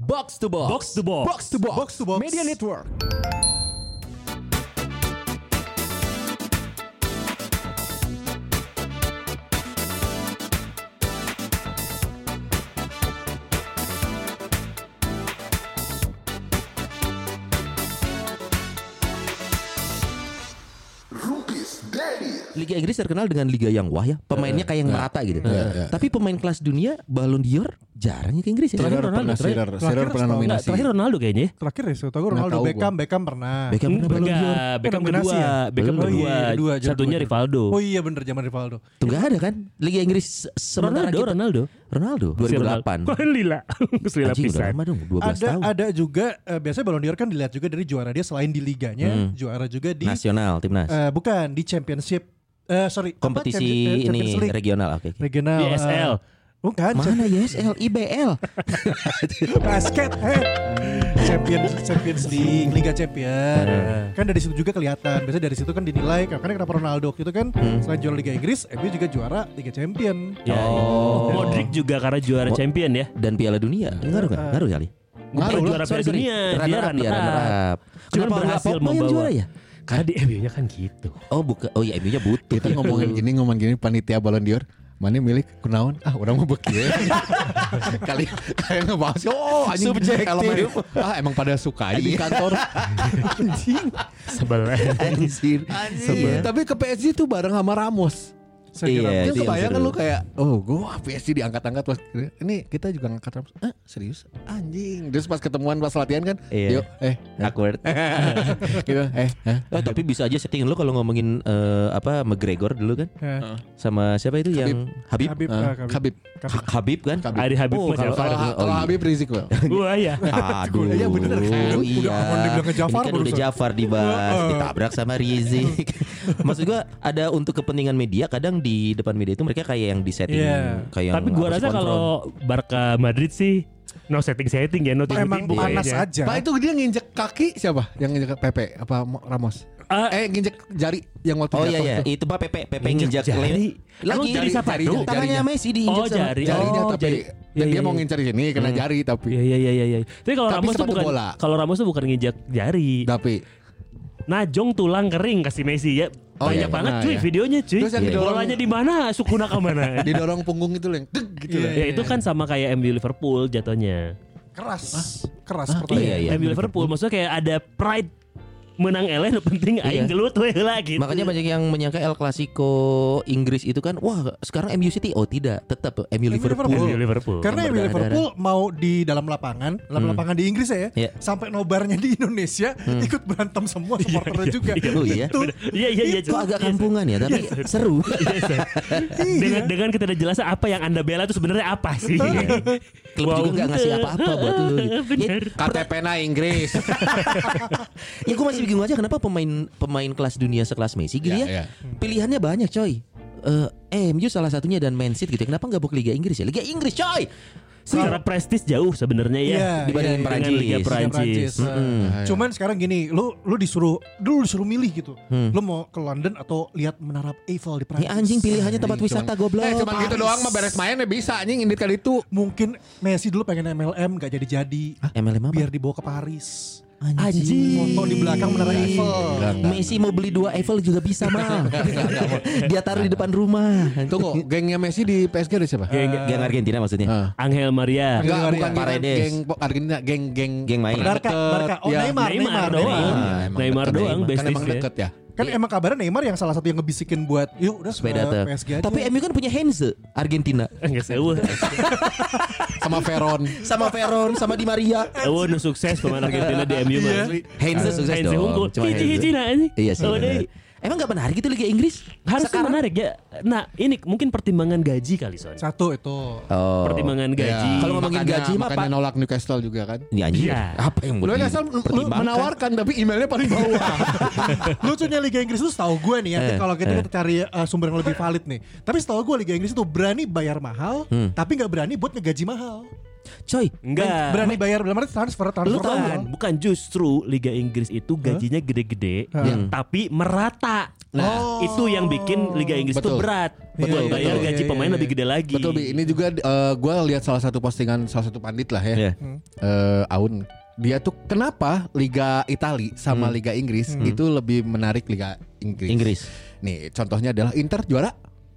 Box to Box. Box to Box. Box to Box. Box to Box. Media Network. Rupis Daddy. Liga Inggris terkenal dengan liga yang wah ya, pemainnya Eh, kayak yang merata gitu. Iya, iya. Tapi pemain kelas dunia Ballon d'Or jarangnya ke Inggris ya. Terakhir Shearer Ronaldo, pernah terakhir- Shearer, terakhir Shearer pernah setahun. Enggak, nominasi. terakhir Ronaldo kayaknya ya. Terakhir ya, setahu gue Nggak Ronaldo tahu gua. Beckham, Beckham pernah. Beckham pernah Ballon d'Or. Hmm? Enggak, Beckham Belum kedua, generasi ya? Beckham Oh iya, kedua, kedua, jago satunya kedua. Rivaldo. Oh iya bener zaman Rivaldo. Tuh nggak ada kan? Liga Inggris se- sementara Ronaldo, kita- Ronaldo. Ronaldo Si Ronaldo. 2008. Kok lila? Terus lila Anjing udah pisan. lama dong, 12 Ada tahun. ada juga eh, biasanya Ballon d'Or kan dilihat juga dari juara dia selain di liganya, juara juga di Nasional timnas. eh, bukan di championship eh sorry apa? Champion- Kompetisi eh, Champions ini League. regional oke. oke. regional eh, ISL. bukan Mana YSL, IBL? basket eh Champions Champions League Liga Champion kan dari situ juga kelihatan biasanya dari situ kan dinilai karena kenapa Ronaldo waktu itu kan selain juara Liga Inggris eh, dia juga juara Liga Champion Ya, Modric juga karena juara Mo- champion ya. Dan Piala Dunia ngaruh Eh, nggak? Ngaruh kali. Bukan juara Sorry, Piala sorry. Dunia, dia Runner up, runner dia runner up. up. Cuman Kenapa nggak berhasil Pogba yang membawa. juara ya? Karena di MU-nya kan gitu. Oh bukan, oh ya MU-nya butut. Kita ngomongin gini ngomongin gini panitia Ballon d'Or mana milik kunaon ah orang mau bekieu kali kayak ngebahas oh anjing Subjektif. elemen- ah emang pada suka aja di kantor anjing Sebelah. Anjir. Iya, tapi ke PSG tuh bareng sama Ramos Iya, Dia itu yang kebayang kan seru. lu kayak Oh gua PSG diangkat-angkat pas Ini kita juga ngangkat Ramos Eh serius anjing Terus pas ketemuan pas latihan kan Iya. Yuk eh Awkward. gitu eh eh. Eh, tapi bisa aja setting lo kalau ngomongin eh, apa McGregor dulu kan Eh, sama siapa itu yang Habib Habib, Eh, eh, Habib Ha- Habib kan? Habib. Ari Habib Oh, mah kalau- Jafar. Kalau Oh, kalau iya. Habib Rizik loh Wah ya. Aduh, Iya, bener iya. kan? Udah aman dibilang ke Jafar Ini kan udah barusan. Jafar dibahas, ditabrak sama Rizik. Maksud gua ada untuk kepentingan media kadang di depan media itu mereka kayak yang di setting Iya. kayak yang Tapi gua apa, rasa sponsoran. kalau Barca Madrid sih no setting setting ya, no emang timbu-timbu panas kayaknya. aja Pak itu dia nginjek kaki siapa? Yang nginjek Pepe apa Mo- Ramos? Ah. eh nginjek jari yang waktu Oh jatuh iya iya, itu. itu Pak Pepe Pepe nginjak jari. Lagi Emang jari jari- sepatu? jari- Tangannya Jarinya. Messi diinjak Oh, sama- jari. Jarinya Oh, tapi jari. dan Iya, dia iya, mau iya. ngincer sini kena Hmm. jari tapi Iya iya iya iya. iya. Tapi kalau Tapi Ramos tuh sepatu bukan bola. kalau Ramos tuh bukan nginjak iya. jari. tapi Najong tulang kering kasih Messi ya. Oh, Banyak iya, banget nah, cuy iya. videonya cuy. Terus yang Iya. didorong- Bolanya di mana? Sukuna ke mana? didorong punggung itu loh yang deg gitu Iya, loh. ya itu kan sama kayak MU Liverpool jatuhnya. keras keras Iya, pertandingan iya, iya. MU Liverpool maksudnya kayak ada pride menang eleh nu penting aing gelut we heula gitu. Makanya banyak yang menyangka El Clasico Inggris itu kan wah sekarang MU City oh tidak tetap MU Liverpool. MU Liverpool. Yang Karena MU berdarah-darah. Liverpool mau di dalam lapangan, dalam lapangan di Inggris Hmm. ya, Iya. sampai nobarnya di Indonesia ikut berantem semua supporternya juga. Oh iya. Itu Iya iya iya. Kok cuy. agak kampungan ya tapi seru. Iya. dengan dengan kita udah jelasin apa yang anda bela itu sebenarnya apa sih? Iya. Iya. Klub juga nggak ngasih apa-apa buat lu. gitu. Ya, Bener. KTP na Inggris. ya gue masih bingung aja kenapa pemain pemain kelas dunia sekelas Messi gitu Ya, ya. ya. Pilihannya banyak coy. Eh, MU salah satunya dan Man City gitu. ya. Kenapa nggak bok Liga Inggris ya? Liga Inggris coy. Secara prestis jauh sebenarnya ya Iya, dibandingin dengan Perancis. Hmm. Iya. Liga Liga Perancis. Prancis. Cuman sekarang gini, lu lu disuruh lu disuruh milih gitu. Lu mau ke London atau lihat menara Eiffel di Hmm. Ini Prancis? Ya, anjing pilihannya tempat wisata goblok. eh cuman gitu doang mah beres main ya bisa anjing indit kali itu. Mungkin Messi dulu pengen MLM gak jadi-jadi. MLM apa? Biar dibawa ke Paris. Anjing. Foto di belakang Iya, menara Eiffel. Messi mau beli dua Eiffel juga bisa mal. Dia taruh di depan rumah. Tunggu, gengnya Messi di PSG ada siapa? Geng- Geng Argentina maksudnya. Ah. Angel Maria. Enggak, bukan Maria. geng, ya, Paredes. geng Argentina, geng geng Geng main. Iya, pernah Barca, deket, Barca. Oh, ya. Neymar, Neymar Neymar, doang. Neymar. Ah, emang Neymar deket, doang, Kan emang bestisnya. deket ya. Kan emang kabarnya Neymar yang salah satu yang ngebisikin buat yuk udah eh, Supaya ke datang. PSG aja. Tapi MU kan punya Henze Argentina Enggak seueuh. Sama Veron. sama Veron sama Di Maria. Eueuh nu sukses pemain Argentina di MU Ah. mah. Henze sukses Heinze unggul. dong. Cuma Hiji-hiji nah ini. Iya sih. Oh, bener. deh. Emang gak menarik itu Liga Inggris? Harusnya menarik ya. Nah, ini mungkin pertimbangan gaji kali Son. Satu itu. Oh. Pertimbangan gaji. iya. Kalau ngomongin Ya, makanya- gaji mah, makanya Pak. nolak Newcastle juga kan. Ini anjir. Iya. Apa yang buat Lu di- asal lu pertimbangkan? menawarkan tapi emailnya paling bawah. Lucunya Liga Inggris itu setahu gue nih ya, kalau kita, kita cari eh, sumber yang lebih valid nih. Tapi setahu gue Liga Inggris itu berani bayar mahal, tapi nggak berani buat ngegaji mahal. coy Enggak. Berani bayar dalam arti transfer transfer Bukan, doang. bukan justru Liga Inggris itu gajinya gede-gede, Hah? tapi merata. Nah, itu yang bikin Liga Inggris itu Betul. berat. Betul, Betul, bayar betul. gaji Iya, iya, pemain iya. lebih gede lagi. Betul Bi, ini juga gue lihat salah satu postingan salah satu pandit lah ya. Iya. Eh, Aun, dia tuh kenapa Liga Itali sama Hmm. Liga Inggris itu lebih menarik Liga Inggris. Inggris Nih, contohnya adalah Inter juara,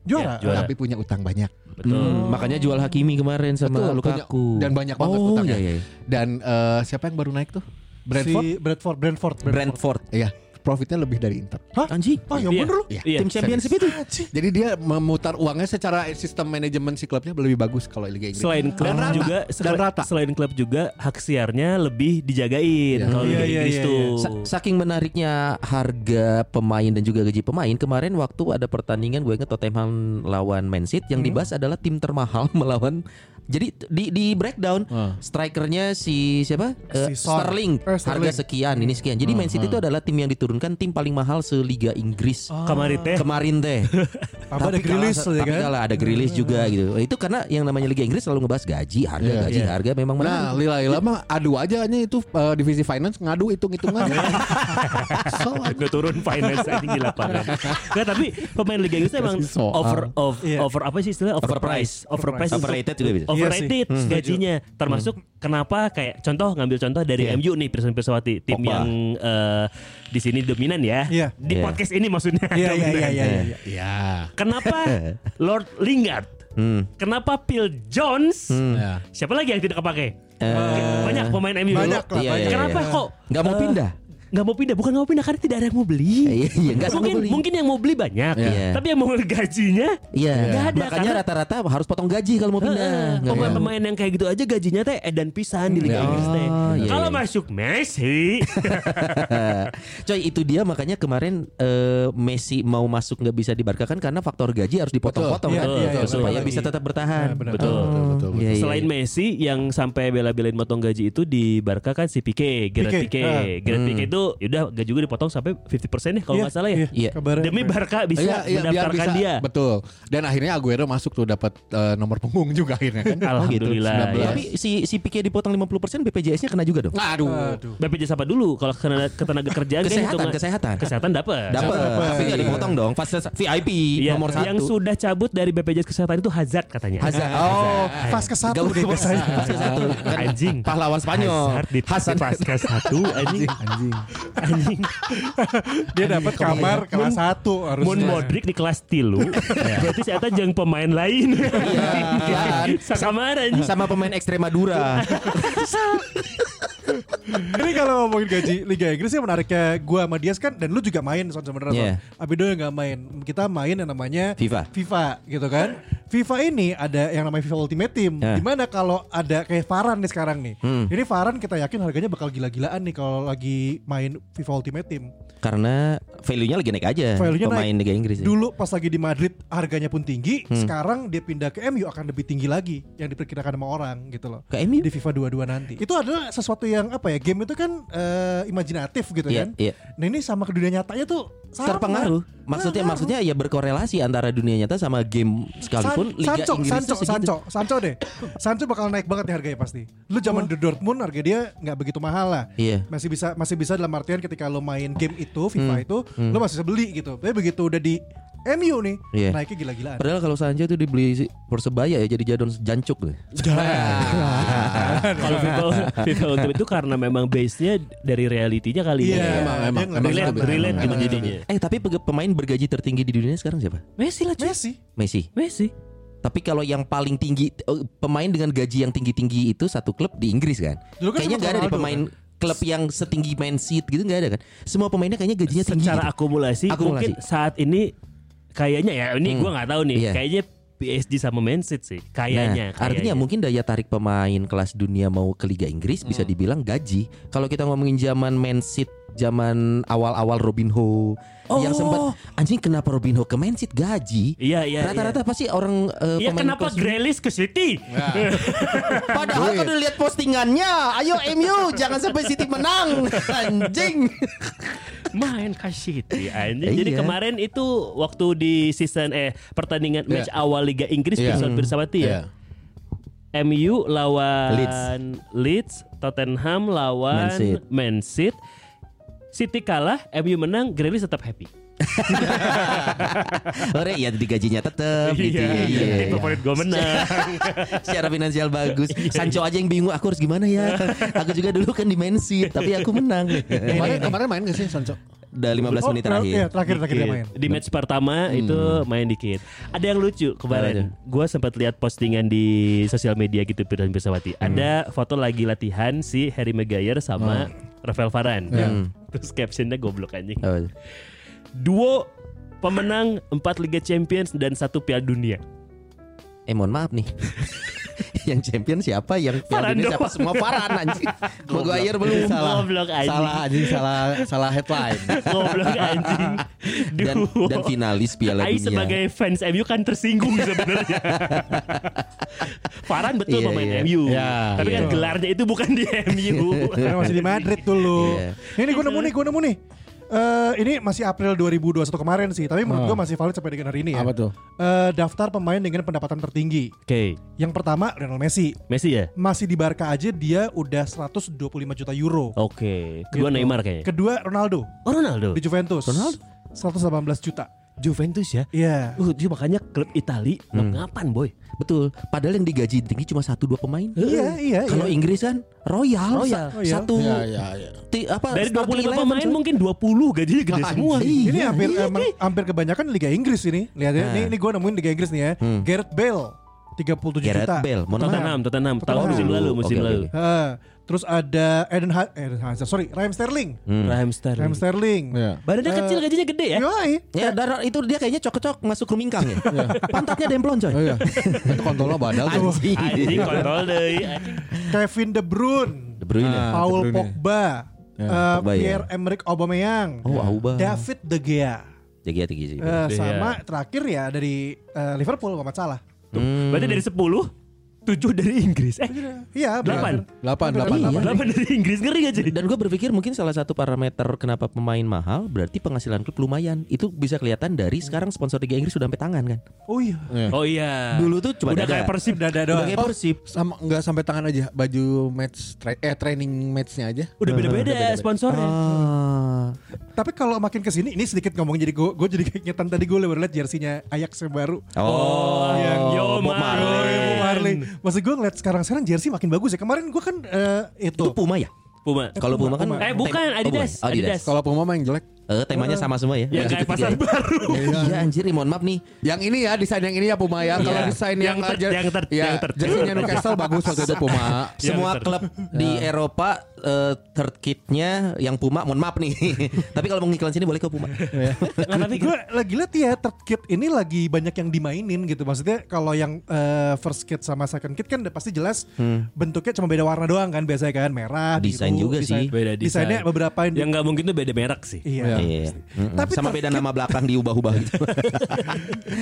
Juara. Ya, juara. tapi punya utang banyak. Betul. makanya jual Hakimi kemarin sama Betul, Lukaku punya- dan banyak banget oh, utangnya. iya, iya. Dan eh, siapa yang baru naik tuh? Brentford. Si Brentford, Brentford, Brentford Iya, profitnya lebih dari Inter. anjing Oh, ya Iya. bener lu. Iya. Iya. tim championship itu Jadi dia memutar uangnya secara sistem manajemen si klubnya lebih bagus kalau Liga Inggris. Selain klub dan rata. juga, dan rata. selain klub juga hak siarnya lebih dijagain Iya. kalau Iya, Liga iya, Inggris iya, tuh. Sa- Saking menariknya harga pemain dan juga gaji pemain Kemarin waktu ada pertandingan gue inget Tottenham lawan Man City Hmm. Yang dibahas adalah tim termahal melawan Jadi di, di breakdown Hmm. strikernya si siapa? Eh, Ah. Si Son. Sterling. Eh, Sterling. Ah, Harga sekian, ini sekian Jadi Man City itu adalah tim yang diturunkan tim paling mahal seliga Inggris Kemarin teh Kemarin teh Ah. Apa ada grilis kalah, ya tapi kan? kalah ada grilis juga gitu Itu karena yang namanya Liga Inggris selalu ngebahas gaji Harga, Iya. gaji, harga memang menarik Nah, Lila Lila mah adu aja hanya itu eh, divisi finance ngadu hitung-hitungan. so, Gue turun finance anjing di lapangan. Nggak, tapi pemain Liga Inggris emang Kasih soal. over of, Iya. over apa sih istilahnya overprice, overprice, Overrated juga bisa. overrated Hmm. gajinya. Termasuk Hmm. kenapa kayak contoh ngambil contoh dari MU nih Pirsan Pirsawati tim Iya. Pogba. yang eh, di sini dominan ya. Iya. Di Iya. podcast ini maksudnya. Iya, iya, dominan. iya, iya, iya. ya. Kenapa Lord Lingard? Hmm. Kenapa Phil Jones? Ya. Siapa lagi yang tidak kepake? Eh, banyak pemain MU dulu. banyak lah, Iya, banyak. iya, Kenapa iya. kok Nggak mau eh, pindah? Nggak mau pindah, bukan nggak mau pindah karena tidak ada yang mau beli. Iya, iya, nggak mungkin mau beli. mungkin yang mau beli banyak, Iya. tapi yang mau gajinya Iya, nggak ada. makanya karena- rata-rata harus potong gaji kalau mau pindah. Nggak ada. Pemain-pemain yang kayak gitu aja gajinya teh edan pisan di Liga Iya. Inggris teh. Oh, iya, Kalau iya. masuk Messi, Coy itu dia makanya kemarin eh, Messi mau masuk nggak bisa di Barca kan karena faktor gaji harus dipotong-potong Betul. kan Iya, iya, supaya betul. bisa tetap bertahan. Iya, benar. Betul, betul, betul, betul. Iya, iya. selain Messi yang sampai bela-belain motong gaji itu di Barca kan si Pique, Gerard Pique, Pique. ah. Gerard Hmm. Pique itu udah gaji juga dipotong sampai 50% nih kalau nggak salah ya. Iya. Kabarnya. Demi Barca Iya, bisa iya, biar mendaftarkan bisa. dia. Betul. Dan akhirnya Aguero masuk tuh dapat eh, nomor punggung juga akhirnya kan. Alhamdulillah. iya. Oh gitu, 19. Tapi si si Pique dipotong 50% BPJS-nya kena juga dong. Aduh. Aduh. BPJS apa dulu kalau kena ketenaga kerjaan kan Kesehatan, hitungan- kesehatan. kesehatan dapat Dapat, Dapat, tapi nggak iya. dipotong dong. Fasilitas VIP Iya, nomor yang satu. sudah cabut dari BPJS kesehatan itu hazard katanya Hazard. Oh, pas ke satu Gabung deh bos. biasanya. Pas ke satu. Kan anjing Pahlawan Spanyol. hazard di Hasan. pasca satu anjing anjing anjing Dia dapat kamar kelas Mun satu Iya. harusnya. Modric di kelas tilu berarti saya jeung pemain lain Iya. sakamar anjing Sama pemain Extremadura. Ini kalau ngomongin gaji Liga Inggris yang menariknya gua sama Dias kan dan lu juga main Son sebenarnya. Iya. Son. Abido yang nggak main. Kita main yang namanya FIFA. FIFA gitu kan. FIFA ini ada yang namanya FIFA Ultimate Team. Ya. Dimana kalau ada kayak Varan nih sekarang nih. Ini Varan kita yakin harganya bakal gila-gilaan nih kalau lagi main FIFA Ultimate Team. Karena value-nya lagi naik aja Value-nya pemain naik. Liga Inggris. ini. Dulu pas lagi di Madrid harganya pun tinggi. Sekarang dia pindah ke MU akan lebih tinggi lagi yang diperkirakan sama orang gitu loh. Ke MU? di FIFA 22 nanti. Itu adalah sesuatu yang apa ya? Game itu kan eh, imajinatif gitu Iya, kan. iya. Nah ini sama ke dunia nyatanya tuh sama. Nah, terpengaruh. Maksudnya Pengaruh. maksudnya ya berkorelasi antara dunia nyata sama game sekalipun San- Liga Sancho, Inggris Sancho, tuh segitu. Sancho, Sancho deh. Sancho bakal naik banget nih harganya pasti. Lu zaman di Dortmund harga dia nggak begitu mahal lah. Oh. Iya. Hmm. Masih bisa masih bisa dalam artian ketika lu main game itu FIFA itu lu masih bisa beli gitu. Tapi begitu udah di MU nih Iya. naiknya gila-gilaan. Padahal kalau Sancho itu dibeli si- persebaya ya jadi jadon jancuk deh. kalau FIFA FIFA Ultimate itu karena memang base-nya dari realitinya kali Iya, ya emang, emang, relate emang dia itu benar. Nah, relate Iya, gitu Emang itu jadinya Eh tapi pege- pemain bergaji tertinggi di dunia sekarang siapa? Messi lah cuy Messi. Messi. Messi Tapi kalau yang paling tinggi eh, pemain dengan gaji yang tinggi-tinggi itu satu klub di Inggris kan. Dulu kan kayaknya sempat nggak ada di Ronaldo, kan? pemain klub yang setinggi Man City gitu nggak ada kan. Semua pemainnya kayaknya gajinya tinggi. secara gitu. akumulasi, mungkin Akumulasi. saat ini kayaknya ya ini gua nggak tahu nih Iya. kayaknya PSG sama Man City sih kayaknya Nah, artinya kayaknya. mungkin daya tarik pemain kelas dunia mau ke Liga Inggris bisa dibilang gaji. Kalau kita ngomongin zaman Man City, zaman awal-awal Robin Ho yang sempat anjing kenapa Robin Ho ke Man City gaji? Iya, iya, Rata-rata pasti orang eh, Ya pemain Iya. kenapa kelas dunia- Grealish ke City? Padahal Duit. kan udah lihat postingannya. Ayo MU jangan sampai City menang. Anjing. Main ke City anjing. Iya. Jadi kemarin itu waktu di season eh pertandingan match awal Liga Inggris Iya. Pirsawati ya. Iya. MU lawan Leeds. Leeds, Tottenham lawan Man City. Man City. City kalah, MU menang, Grealish tetap happy. Ore ya jadi gajinya tetep gitu ya. iya. Iya. Tim favorit gue menang. Secara finansial bagus. Sancho aja yang bingung aku harus gimana ya. Aku juga dulu kan di Man City, tapi aku menang. iya. Kemarin kemarin main gak sih Sancho? Udah 15 menit Oh, terakhir. Iya, terakhir. terakhir terakhir dia main. Di match pertama itu main dikit. Ada yang lucu kemarin. Gue sempat lihat postingan di sosial media gitu Firdan Pirsawati. Ada foto lagi latihan si Harry Maguire sama Rafael Varane. Terus captionnya goblok anjing. Oh. Duo pemenang 4 Liga Champions dan satu Piala Dunia. Eh mohon maaf nih. yang champion siapa? Yang Piala Farhan Dunia siapa? doang. Semua Farhan anjing. Maguire belum. Salah. Goblok anjing. Salah anjing, salah salah headline. Goblok anjing. Dan, Duo. dan finalis Piala Ai Dunia. sebagai fans MU kan tersinggung sebenarnya. Farhan betul Iya, pemain iya. MU. Iya, tapi kan iya. gelarnya itu bukan di MU. Karena masih di Madrid dulu. Iya. Ini nih gue nemu nih, gue nemu nih. Eh, ini masih April 2021 kemarin sih, tapi menurut Hmm. Oh. gue masih valid sampai dengan hari ini ya. Apa tuh? Eh, daftar pemain dengan pendapatan tertinggi. Oke, Yang pertama Lionel Messi. Messi ya? Masih di Barca aja dia udah 125 juta euro. Oke. Kedua Gitu. Neymar kayaknya. Kedua Ronaldo Oh Ronaldo. di Juventus. Ronaldo 118 juta. Juventus ya? Iya. Uh, dia makanya klub Itali ngapan boy? Betul. Padahal yang digaji tinggi cuma satu dua pemain. Iya, iya, Kalau iya. Inggris kan royal, Royal. Sa- satu Iya, iya, iya. ti- apa Dari starting 25 eleven, pemain coy. mungkin 20 gajinya gede semua. Anjing. Ini Iya, hampir iya, Nah. emang hampir kebanyakan Liga Inggris ini. Lihat ya, ini, ini gue nemuin Liga Inggris nih ya. Gareth Bale 37 Hmm. Gareth juta. Bale, mohon maaf. Tottenham, Tottenham, tahun Tottenham. musim lalu, musim Oke, oke, lalu. Heeh. terus ada Eden, ha Eden Hazard, sorry, Raheem Sterling. Raheem Sterling. Raheem Sterling. Iya. Badannya kecil, gajinya gede Hmm. ya? Yoi. Ya, dar itu dia kayaknya cocok masuk rumingkang ya. Iya. Pantatnya demplon coy. Oh iya. Itu kontolnya badal tuh. Anjing. Anjing kontol deh. Anjing. Kevin De Bruyne, Ya, De Bruyne. Ah, Paul De Bruyne. Pogba, Ya, eh, Pogba, ya. Pierre Emerick Aubameyang, Oh, Auba. David De Gea. Jadi tinggi sih. Eh, sama terakhir ya dari eh, Liverpool Muhammad Salah. Tuh, Gitu. Berarti Hmm. dari 10 7 dari Inggris. Eh, Iya, Delapan. benar. Delapan, Hampir delapan, Iya, ada 8 delapan. dari Inggris ngeri gak jadi? Dan gue berpikir mungkin salah satu parameter kenapa pemain mahal berarti penghasilan klub lumayan. Itu bisa kelihatan dari sekarang sponsor Liga Inggris sudah sampai tangan kan. Oh iya. Oh iya. Dulu tuh cuma udah dada. kayak Persib dada Udah doang. kayak Persib. Sama enggak sampai tangan aja baju match tra- eh training matchnya aja. Udah beda-beda sponsornya. Ah. Tapi kalau makin ke sini ini sedikit ngomong jadi gue gue jadi keingetan tadi gue baru lihat jersinya Ajax yang baru. Oh, yang Yo Bob iya, Marley. Marley. Bob Marley. Maksud gue ngeliat sekarang sekarang jersey makin bagus ya. Kemarin gue kan eh, itu Itu Puma ya? Puma. Kalau Puma kan Eh, bukan, tem- oh, Adidas. bukan. Adidas. Adidas. Kalau pemain yang jelek. Eh, temanya sama semua ya. Yang kayak pasar baru. Iya anjir, mohon maaf nih. Yang ini ya desain yang ini ya Puma ya. Kalau Iya. desain Yang ter- yang yang ter- ya, yang ter- jersinya Newcastle bagus waktu itu Puma. Iya, Semua betul. klub di Eropa eh, third kitnya yang Puma, mohon maaf nih. Tapi kalau mau ngiklan sini boleh ke Puma. Iya. Nggak, tapi gue lagi lihat ya third kit ini lagi banyak yang dimainin gitu maksudnya kalau yang eh, first kit sama second kit kan udah pasti jelas Hmm. bentuknya cuma beda warna doang kan biasanya kan merah Desain biru, juga sih. beda desain. desainnya beberapa yang, yang nggak mungkin tuh beda merek sih. iya Iya. Mm-mm. Tapi sama third beda kit- nama belakang diubah-ubah gitu.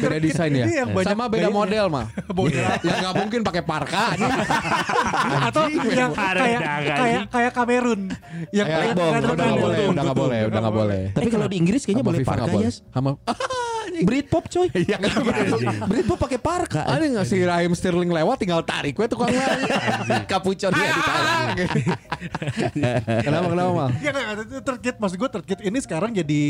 Beda desain ya. Ini yang banyak Sama beda gayanya. model mah. Model. Ya nggak mungkin pakai parka aja. atau yang Ada kayak dagang. kayak kayak Kamerun yang Kayak paling bom, kanan Iya. Udah kanan. nggak boleh, udah nggak boleh, udah nggak boleh. Eh, Tapi kalau di Inggris kayaknya Sama boleh FIFA nggak parka boleh. ya. Sama Britpop coy. Iya kan. Britpop pakai parka. Ada nggak sih Rahim Sterling lewat tinggal tarik gue tukang Kapucon dia Iya. Iya. ditarik. Kenapa kenapa mal? Ya kan third kit maksud gue third kit ini sekarang jadi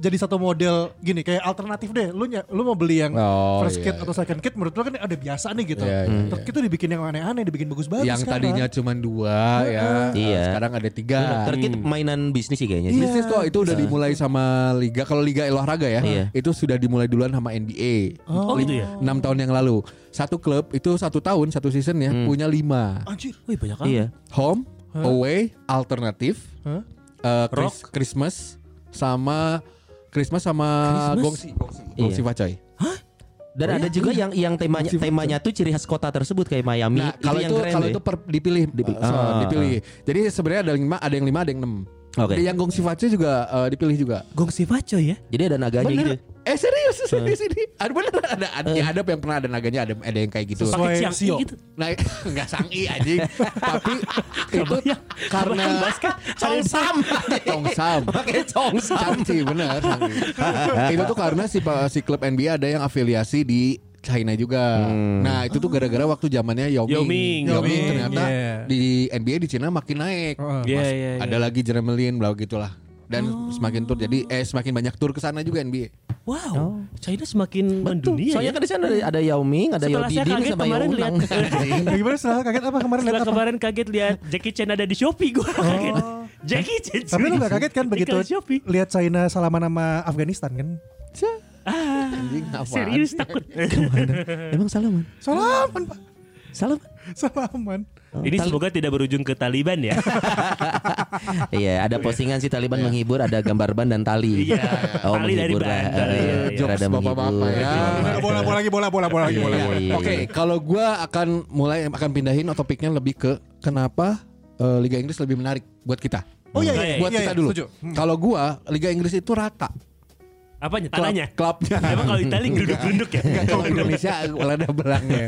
jadi satu model gini kayak alternatif deh. Lu ny- lu mau beli yang Oh, first iya, kit atau second kit menurut lu kan ada biasa nih gitu. Iya, iya, third kit tuh dibikin yang aneh-aneh, dibikin bagus-bagus kan. Yang sekarang. tadinya cuma dua ya, Iya. sekarang ada tiga. Third kit Hmm. mainan bisnis sih kayaknya. Iya. sih. Bisnis kok itu udah dimulai sama liga. Kalau liga olahraga ya, Iya. itu sudah dimulai duluan sama NBA. Oh, gitu ya? 6 tahun yang lalu. Satu klub itu satu tahun satu season ya Hmm. punya lima. anjir. Wih banyak kan? Iya. Home, away, alternatif, eh, Chris- Christmas sama Christmas sama Gongsi, Gongsi, Gongsi Iya. Facoy. Dan Oh, iya. ada juga yang yang temanya temanya tuh ciri khas kota tersebut kayak Miami. Nah, kalau yang itu, keren kalau deh. itu per, dipilih, Dipilih. Uh, so, Ah, dipilih. Jadi sebenarnya ada lima, ada yang lima, ada yang enam. Oke. Yang Gongsi Facoy juga uh, dipilih juga. Gong Sivaco ya? Jadi ada naganya gitu. Bener. Eh serius di sini. Ada bener ada ada, ya, ada yang pernah ada naganya ada ada yang kayak gitu. Sesuai Pakai siang Sio. gitu. Nah, enggak sangi anjing. Tapi itu Kebayang. karena Kebayang basket. Congsam. Tongsam. Pakai congsam. Cangci bener. sangi. itu tuh karena si pa- si klub NBA ada yang afiliasi di China juga. Hmm. Nah, itu tuh gara-gara waktu zamannya Yao Ming. Yao Ming. Yao Yao Ming Ming, ternyata iya. di NBA di Cina makin naik. Heeh. Mas- Iya, iya, iya. Ada lagi Jeremy Lin bla gitulah. Dan Oh. semakin tur jadi eh semakin banyak tur ke sana juga NBA. Wow, China semakin mendunia Soalnya ya. kan di sana ada, ada Yao Ming, ada Yao Setelah saya Didin kaget sama Yao kemarin Unang. lihat Ya, gimana setelah kaget apa kemarin lihat Setelah apa? Oh. kemarin kaget lihat Jackie Chan ada di Shopee gue kaget. Jackie Chan. Tapi lu serius. gak kaget kan Di begitu kelas Shopee. lihat China salaman sama Afghanistan kan? Anjing, apaan? Serius takut. Emang Salaman? Salaman pak, Salaman? salaman. Ini semoga tidak berujung ke Taliban ya. Iya, ada postingan si Taliban menghibur, ada gambar ban dan tali. Iya, oh, tali dari menghibur ban, lah. tali. Eh, Iya, Jokes rada bapak-bapak menghibur. ya. Iya. bola bola lagi bola bola bola lagi bola. Iya, iya, Oke, iya. kalau gua akan mulai akan pindahin topiknya lebih ke kenapa eh, Liga Inggris lebih menarik buat kita. Oh iya, iya, buat iya, kita iya, dulu. setuju. Hmm. Kalau gua Liga Inggris itu rata. Apanya? Klub- Tanahnya. Klubnya. Emang kalau Itali gerunduk-gerunduk ya. Enggak, kalau Indonesia ada belangnya.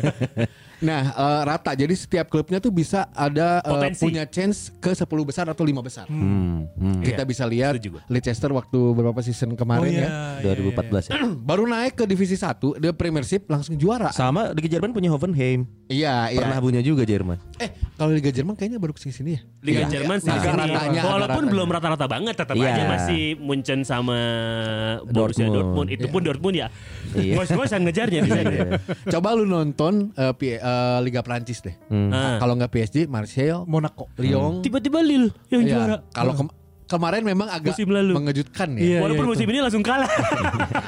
Nah, eh, rata. Jadi setiap klubnya tuh bisa ada eh, Potensi. punya chance ke 10 besar atau 5 besar. Hmm, hmm. Kita Iya, bisa lihat setuju gua. Leicester waktu beberapa season Oh, Oh, kemarin iya. ya. iya, 2014 ya. Baru naik ke divisi 1, dia Premiership langsung juara. Sama di Jerman punya Hoffenheim. iya, iya. Pernah punya juga Jerman. Eh, kalau Liga Jerman kayaknya baru kesini sini ya. Liga Iya. Jerman sih Agak sini. ratanya, agak Walaupun ratanya. belum rata-rata banget tetap Iya. aja masih Munchen sama Borussia Dortmund. Dortmund. Itu pun Dortmund ya. Iya. Bos-bosan ngejarnya di sana. Iya. Coba lu nonton eh, P- eh, Liga Prancis deh. Ah. Nah, Kalau nggak PSG, Marseille, Monaco. Lyon. Tiba-tiba Lille yang Iya. juara. Kalau kem- kemarin memang agak Musim lalu. mengejutkan ya. Iya. Walaupun itu. musim ini langsung kalah.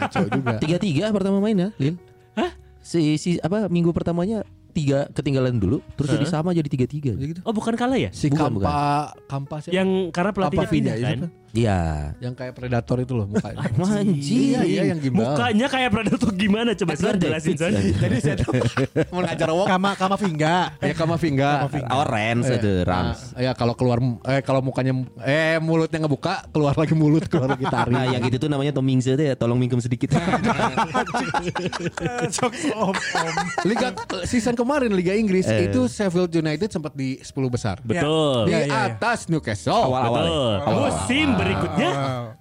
Kacau juga. Tiga tiga pertama mainnya, Lil. Hah? Si, si apa minggu pertamanya tiga ketinggalan dulu, terus jadi sama jadi tiga tiga. Jadi gitu. Oh bukan kalah ya? Si Bukan, Kampa, Kampa siapa? Yang karena pelatihnya Apa Vida pindah ya, kan? siapa? Iya. Yang kayak predator itu loh mukanya. Anjing. Iya, iya yang gimbal. Mukanya kayak predator gimana coba Son Edward jelasin Son. Jadi saya tuh mau ngajar wok. Kama kama Vinga. Ya Kamavinga. Orange Eh. ada Rams. Nah, ya kalau keluar eh kalau mukanya eh mulutnya ngebuka, keluar lagi mulut, keluar lagi tarik. Nah, yang gitu tuh namanya Tomingse tuh ya, tolong mingkem sedikit. Jokes om om. Liga season kemarin Liga Inggris Eh. itu Sheffield United sempat di 10 besar. Betul. Di Iya, iya, iya. atas Newcastle. Awal-awal. Betul. Musim iya. Ya? berikutnya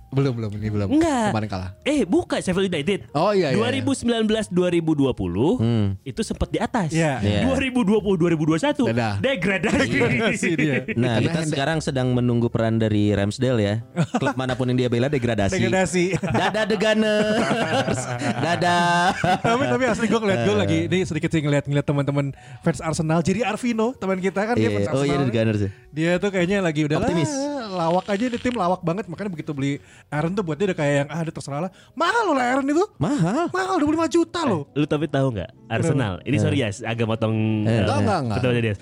Belum belum ini belum. enggak. Kemarin kalah. Eh, bukan Sheffield United. Oh, iya, Hmm. iya, iya. 2019 2020 itu sempat di atas. Iya. Iya. 2020 2021 Dadah. degradasi. Si dia. Nah, kita sekarang sedang menunggu peran dari Ramsdale ya. Klub manapun yang dia bela degradasi. Degradasi. Dadah The Gunners. Dadah. tapi tapi asli gue ngeliat gue lagi ini sedikit sih ngeliat ngeliat teman-teman fans Arsenal jadi Arvino teman kita kan dia Iya, fans oh iya, Arsenal The Gunners ya. dia tuh kayaknya lagi udah lah, Optimis. lawak aja di tim lawak banget makanya begitu beli Aaron tuh buat dia udah kayak yang ah udah terserah lah mahal loh lah Aaron itu Mahal. mahal 25 juta loh Lu tapi tahu nggak Arsenal? Ini sorry ya, agak motong. eh, Iya. Enggak, enggak, enggak. Hmm. ketua dia.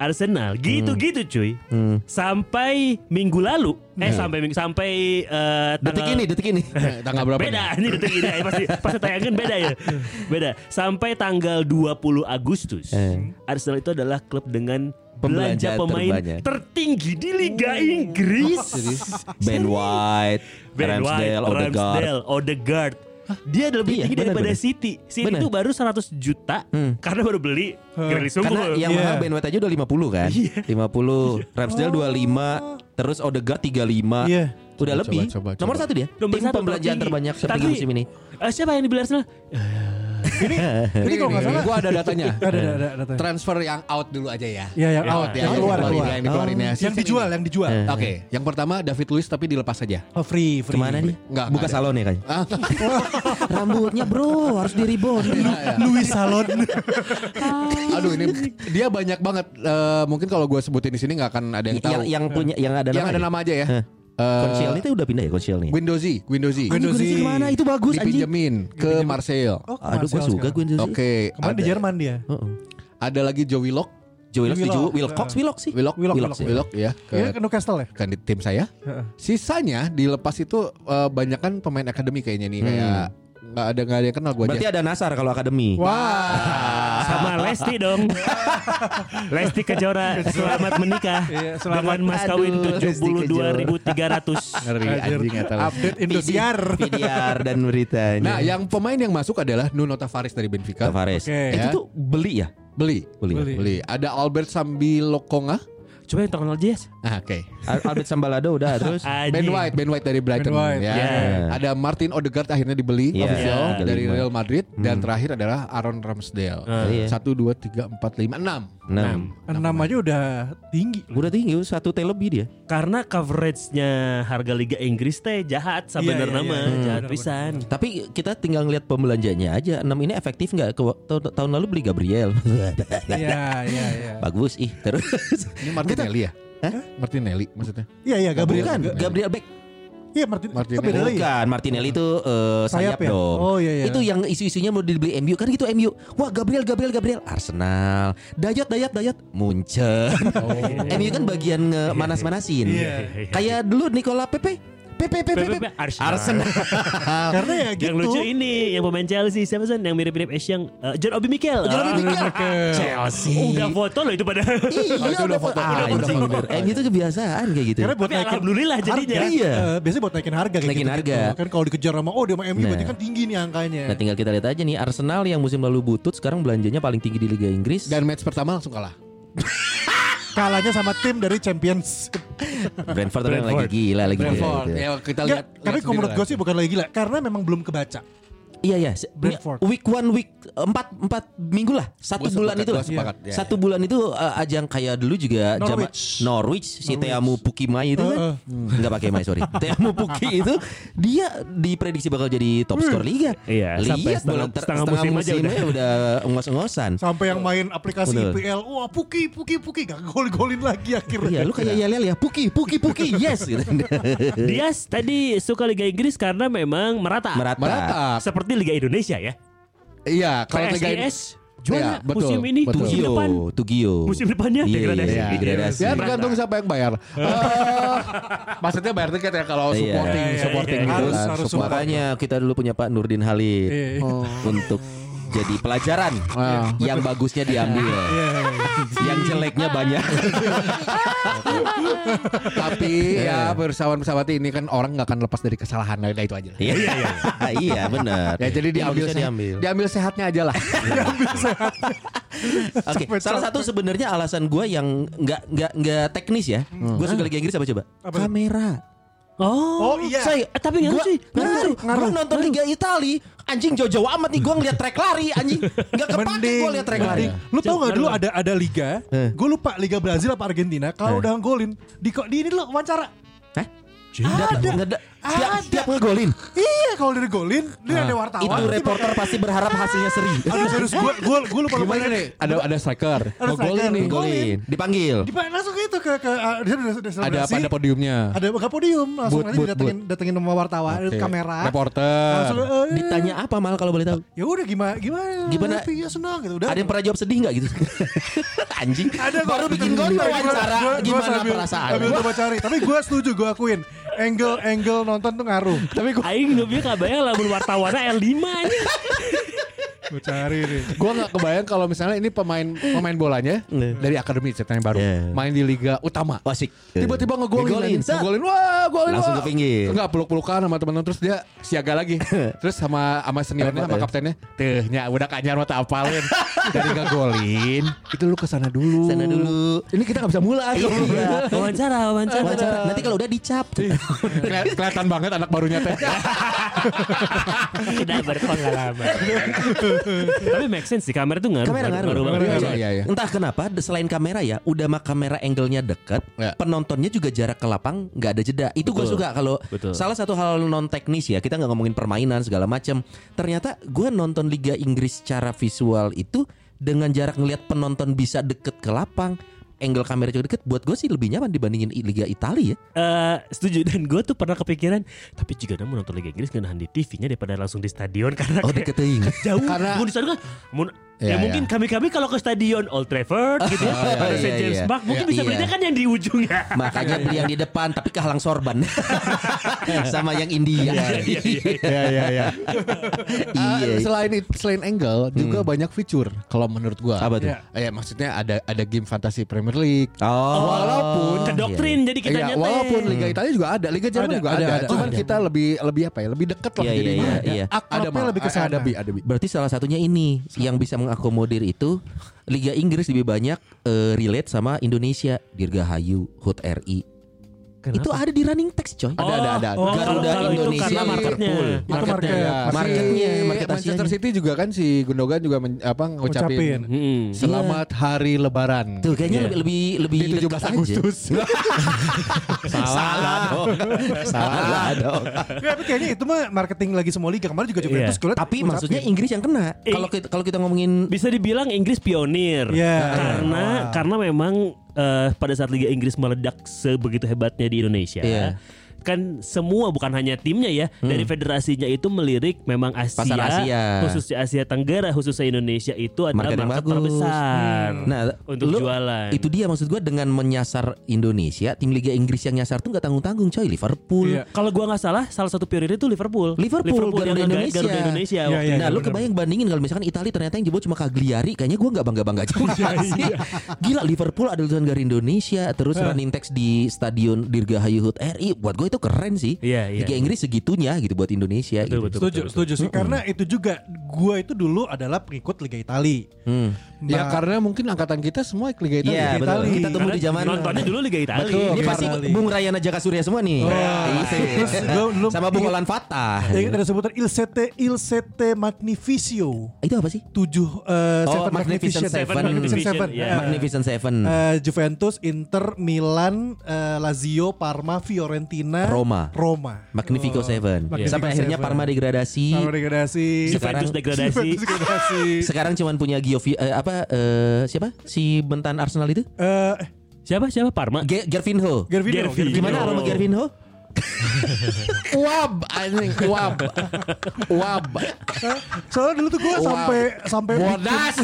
Arsenal gitu-gitu cuy. Sampai minggu lalu, eh Hmm. sampai minggu sampai eh, Detik tanggal- ini, detik ini. Eh, tanggal berapa? beda nih? ini detik ini pasti pas tayangin beda ya beda sampai tanggal 20 Agustus Eh. Arsenal itu adalah klub dengan Pembelanja belanja pemain terbanyak. tertinggi di Liga Inggris Ben White, Ben White, Ramsdale, Odegaard. Ramsdale, Odegaard. Dia ada lebih Iya, tinggi benar, daripada benar. City. City Benar. Hmm. itu baru 100 juta karena baru beli Grealish Karena unggul. yang Iya. mahal Ben White aja udah 50 kan? 50, Ramsdale 25, terus Odegaard 35. Iya. Udah Coba, lebih. coba, coba. Nomor satu dia. Nomor Tim satu pembelanjaan tertinggi. terbanyak sepanjang Tapi- musim ini. Eh, siapa yang dibeli Arsenal? ini kalau nggak Ini, salah gua ada datanya. ada ada ada, ada. Transfer yang out dulu aja ya. Iya, yang Yang out, ya, yang yang keluar, dikeluarin, keluar. yang dikeluarin ya. yang Season dijual ini. yang dijual Eh. Oke, yang pertama David Luiz tapi dilepas aja. oh free free Kemana nih? Enggak, Buka enggak ada. salon ya kayaknya. Ah, Rambutnya bro harus di ribbon. Louis Salon Iya, aduh ini dia banyak banget. Eh, mungkin kalau gue sebutin di sini nggak akan ada yang tahu. Gitu. yang, yang punya yang Ya, ada Yang nama. ada ya? nama aja ya. Heh. Eh, Konsial itu udah pindah ya Konsial nih. Guendouzi, Guendouzi. Guendouzi. kemana? Itu bagus anjing. Dipinjemin ke Marseille. Oh, ke Aduh gue suka Marcel sekarang. Guendouzi. Oke, kemarin di ada- Jerman dia Heeh. ada lagi Joe Willock. Joe Willock Willock. setuju. Wilcox Ah. Willox sih. Willock, Willock, Willock, Willock. Willock ya. ini Ke, ke Newcastle ya kan di tim saya. Heeh. Sisanya dilepas itu eh, banyak kan pemain akademi kayaknya nih kayak Hmm. nggak ada nggak ada yang kenal gue aja. Berarti ada Nasar kalau akademi. wah Sama Lesti dong. Lesti Kejora selamat menikah Iya, selamat. dengan mas kawin Aduh, Lesti 72.300. Ngeri anjing atau. update Indosiar PDR dan beritanya. Nah, yang pemain yang masuk adalah Nuno Tavares dari Benfica. Tavares. Oke. Eh, Itu tuh beli ya? Beli. Beli. Beli. Beli. Ada Albert Sambilokonga Coba yang terkenal Jazz. Ah, Oke. Al- Albert Sambalado udah terus Ah, Ben White, Ben White dari Brighton Ben White, ya. ya. Ada Martin Odegaard akhirnya dibeli Iya, official iya. dari Lima. Real Madrid dan terakhir adalah Aaron Ramsdale. Iya. Satu dua tiga empat lima enam. Nah, 6. Enam aja udah tinggi. Udah tinggi satu T lebih dia. Karena coveragenya harga Liga Inggris teh jahat Iya, iya, sebenarnya nama iya. Hmm. jahat pisan. Tapi kita tinggal ngeliat pembelanjanya aja. 6 ini efektif nggak? Ke- ta- Tahun lalu beli Gabriel. Iya, iya, iya. Bagus ih terus. Ini Martinelli ya? Hah? Martinelli maksudnya. Iya, iya, Gabriel Bukan, juga. Gabriel Beck. Iya, Martin. Martin Kok beda lagi? ya? Bukan, Martinelli itu eh, sayap, Sayap ya? dong. Oh, iya, iya. Itu yang isu-isunya mau dibeli MU kan gitu MU. Wah, Gabriel Gabriel Gabriel Arsenal. Dayat Dayat Dayat Munchen. Oh. MU kan bagian nge-manas-manasin. Iya. Kayak dulu Nicola Pepe Pepe Pepe Pepe, PPP Arsenal. Arsenal. Karena ya gitu. Yang lucu ini yang pemain Chelsea siapa sih yang mirip-mirip Ash yang eh, John Obi Mikel. John Obi Ah. Mikel. Chelsea. Udah foto loh itu pada. Iya, Oh, itu udah foto, udah foto, anjing. udah foto. Eh, itu kebiasaan kayak gitu. Karena buat Tapi naikin alhamdulillah jadinya. Harga. Iya. Eh, biasanya buat naikin harga kayak Naikin gitu-gitu. harga. Kan kalau dikejar sama oh dia sama MU berarti Nah. kan tinggi nih angkanya. Nah, tinggal kita lihat aja nih Arsenal yang musim lalu butut sekarang belanjanya paling tinggi di Liga Inggris. Dan match pertama langsung kalah. Kalahnya sama tim dari Champions. Brentford, tapi lagi Brentford. gila lagi gila Brentford. gitu. Ya kita Enggak, lihat. tapi lihat kalau menurut gue sendiri sih bukan lagi gila karena memang belum kebaca. Iya ya, se- Brentford. week one week eh, empat empat minggu lah, satu Gua bulan sepakat, itu lah, gua sepakat. Iya. satu bulan itu uh, ajang kayak dulu juga zaman- Norwich. Norwich, si Teamu Pukimai itu Heeh. kan, nggak pakai Mai sorry, Teamu Puki itu dia diprediksi bakal jadi Hmm. top skor liga. Iya, lihat sampai setengah- bulan ter- setengah setengah, musim musim aja musimnya udah ngos-ngosan. Sampai yang main aplikasi Betul. IPL, wah puki puki puki gak gol-golin lagi Iya, akhirnya. lu kayak yel ya, Puki, Puki, Puki, yes, gitu. Dias tadi suka Liga Inggris karena memang merata. merata. Merata. Seperti Liga Indonesia ya. Iya, kalau Liga Inggris. PSIS juara Iya, betul, musim ini betul. Iya. musim Tugio, depan. Tugio. Musim depannya Iya, degradasi. iya, degradasi. Ya tergantung siapa yang bayar. Eh, maksudnya bayar tiket ya kalau Iya. supporting, Iya, iya, supporting iya. gitu Harus- kan, harus support. Makanya kita dulu punya Pak Nurdin Iya, Halid Oh. iya. untuk jadi pelajaran Ah. yang bagusnya diambil, yang jeleknya banyak. Tapi ya persawan-persawati ini kan orang nggak akan lepas dari kesalahan. Nah, itu aja lah. Iya, iya benar. Ya jadi Yang diambil, bagusnya sehat- diambil. diambil sehatnya aja lah. Oke, Sampai- salah satu sebenarnya alasan gue yang nggak nggak nggak teknis ya. Gue suka Liga Inggris apa coba? Apa? Kamera. Oh, Oh, iya. Say, eh, tapi ngaruh Gua, sih, ngaruh sih. gue nonton Liga Itali Anjing jauh-jauh amat nih Gue ngeliat track lari Anjing Gak kepake Mending, Iya. gue liat track lari mending. Lu tau gak dulu ada ada liga, gue lupa liga Brazil apa Argentina, kalau udah golin di di ini dulu wawancara. Hah? Ada, ada, tiap, Ada. tiap ngegolin Iya, kalau udah golin, dia ada wartawan. Itu nanti reporter pasti berharap hasilnya seri Aduh serius gue gue gue lupa lupa Gimana nih? Ada ada striker. Ada Mau golin striker. nih. Gol. Golin Dipanggil Di langsung itu ke ke ah, dia udah udah Ada selebrasi. pada podiumnya. Ada ke podium langsung Booth, nanti booth, datengin datengin sama wartawan, Oke. kamera. Reporter. Langsung eh, Ditanya apa mal kalau boleh tahu ya udah gimana gimana Gimana? Tapi ya senang gitu udah. Ada yang pernah jawab sedih nggak gitu Anjing Ada Baru kok. bikin gol Gua- wawancara gua- gua Gimana sambil- perasaan Sambil coba cari. Tapi gue setuju gue akuin angle angle nonton tuh ngaruh. Tapi gue Aing nu bieu kabayang lamun wartawanna L5 nya. Gue cari nih. gue nggak kebayang kalau misalnya ini pemain pemain bolanya dari akademi ceritanya yang baru Iya. main di liga utama Wasik tiba-tiba ngegolin Ngegolin, anjing. set. ngegolin wah golin Langsung wah. ke pinggir. enggak peluk-pelukan sama teman-teman terus dia siaga lagi terus sama sama eh. seniornya sama kaptennya teh nya udah kanyar mata apalin dari nggak golin itu lu kesana dulu Sana dulu. ini kita nggak bisa mulai Iya Wawancara, wawancara. Wawancara Nanti kalau udah dicap Keli- kelihatan banget anak barunya teh Tidak berpengalaman. Tapi make sense sih kamera tuh ngaruh. Kamera ngaruh. banget. Kamera ngaruh. Iya, iya. Entah kenapa de- selain kamera ya, udah mah kamera angle-nya deket, Ya. penontonnya juga jarak ke lapang nggak ada jeda. Itu gue Betul. suka kalau Betul. salah satu hal non teknis ya, kita nggak ngomongin permainan segala macam. Ternyata gue nonton Liga Inggris secara visual itu dengan jarak ngelihat penonton bisa deket ke lapang, angle kamera juga deket. Buat gue sih lebih nyaman dibandingin I- Liga Italia ya. Eh, setuju dan gue tuh pernah kepikiran tapi jika mau nonton Liga Inggris gak nahan di TV-nya daripada langsung di stadion karena Oh deket kayak ting. jauh Karena- Mun di stadion kan mun- ya, Iya, mungkin kami-kami kalau ke stadion Old Trafford gitu ya, Iya, atau St. iya, James iya. Park mungkin Iya, bisa iya. belinya kan yang di ujung ya. Makanya beli yang di depan tapi kehalang sorban sama yang India. Iya Ah, ya ya ya Iya, selain it- selain angle juga banyak fitur kalau menurut gua Hmm. Apa tuh? Iya. Eh, ya, maksudnya ada ada game fantasi Premier League. Oh, walaupun ke doktrin jadi kita Iya, nyetel. walaupun Liga Hmm. Italia juga ada, Liga Jerman Ada, juga ada, ada. ada. Cuman Ada. kita lebih lebih apa ya? Lebih dekat lah Iya, iya, jadinya. iya, iya. Ada Akrabnya mah, lebih ke ada sana. bi, ada bi. Berarti salah satunya ini yang bisa mengakomodir itu Liga Inggris lebih banyak eh, relate sama Indonesia Dirgahayu HUT RI itu ada di running text coy Ada, ada, ada. Oh, Garuda kalau, kalau Indonesia. itu karena marketnya. Itu market. Marketnya, Marketnya, Si market Iya, Manchester Asianya. City juga kan si Gundogan juga men- apa Ucapin. ngucapin Mm-mm. Iya. Selamat Hari Lebaran. tuh kayaknya Iya. lebih lebih lebih di dekat 17 aja. Agustus. salah dong salah dong Nggak, tapi kayaknya itu mah marketing lagi semua liga kemarin juga Juventus Iya. gue liat tapi ngucapin. maksudnya Inggris yang kena Eh. kalau kita kalau kita ngomongin Bisa dibilang Inggris pionir. Iya. Karena Awal. karena memang eh, pada saat Liga Inggris meledak sebegitu hebatnya di Indonesia. Iya. Hmm. Kan semua bukan hanya timnya ya dari federasinya itu melirik memang Asia, Pasar Asia. khususnya Asia Tenggara khususnya Indonesia itu adalah Market yang market, bagus. terbesar Nah, untuk lu- jualan. Itu dia maksud gue dengan menyasar Indonesia, tim Liga Inggris yang nyasar tuh nggak tanggung-tanggung coy, Liverpool. Iya. Kalau gua nggak salah salah satu pionir itu Liverpool. Liverpool, Garuda yang nge- Indonesia. Garuda Indonesia. Iya, waktu itu. iya, Nah, lu bener-bener. kebayang bandingin kalau misalkan Italia ternyata yang jebol cuma Cagliari, kayaknya gue nggak bangga bangga juga Iya, sih. Gila Liverpool ada tulisan dari Indonesia, terus running text di stadion Dirgahayu HUT RI. Buat gue itu keren sih. Iya, iya. Liga Inggris segitunya gitu buat Indonesia. Betul, gitu. betul, setuju betul, setuju sih karena itu juga gue itu dulu adalah pengikut liga Itali Hmm. ya karena mungkin angkatan kita semua Liga Italia. Iya Liga betul. Itali. Kita tumbuh Karena di zaman. nontonnya dulu Iya, Liga Italia. Betul. Ini Liga pasti Itali. Bung Rayana Jaka Surya semua nih. Iya. Terus gua dulu Sama Bung ingat- Olan Fatah. Ya, ingat ada sebutan Il Sette Il Sette Magnificio Itu apa sih? tujuh eh, Oh, Seven Magnificent Magnificent Seven. ya. Magnificent Seven. Iya. Eh, Magnificent Seven. eh, Juventus, Inter, Milan, eh, Lazio, Parma, Fiorentina, Roma. Roma. Magnifico Seven. Ya. Magnifico Sampai akhirnya oh. Seven. Parma degradasi. Parma degradasi. Sekarang- Juventus degradasi. Juventus degradasi. Sekarang cuman punya Giovi eh, apa eh, siapa? Si bentan Arsenal itu? Eh, Siapa siapa Parma? Ge Gervinho. Gervinho, Gervinho. Gervinho. Gimana aroma Gervinho? Wab, anjing, wab, wab, Soalnya dulu tuh gue Wow. sampai sampai bodas,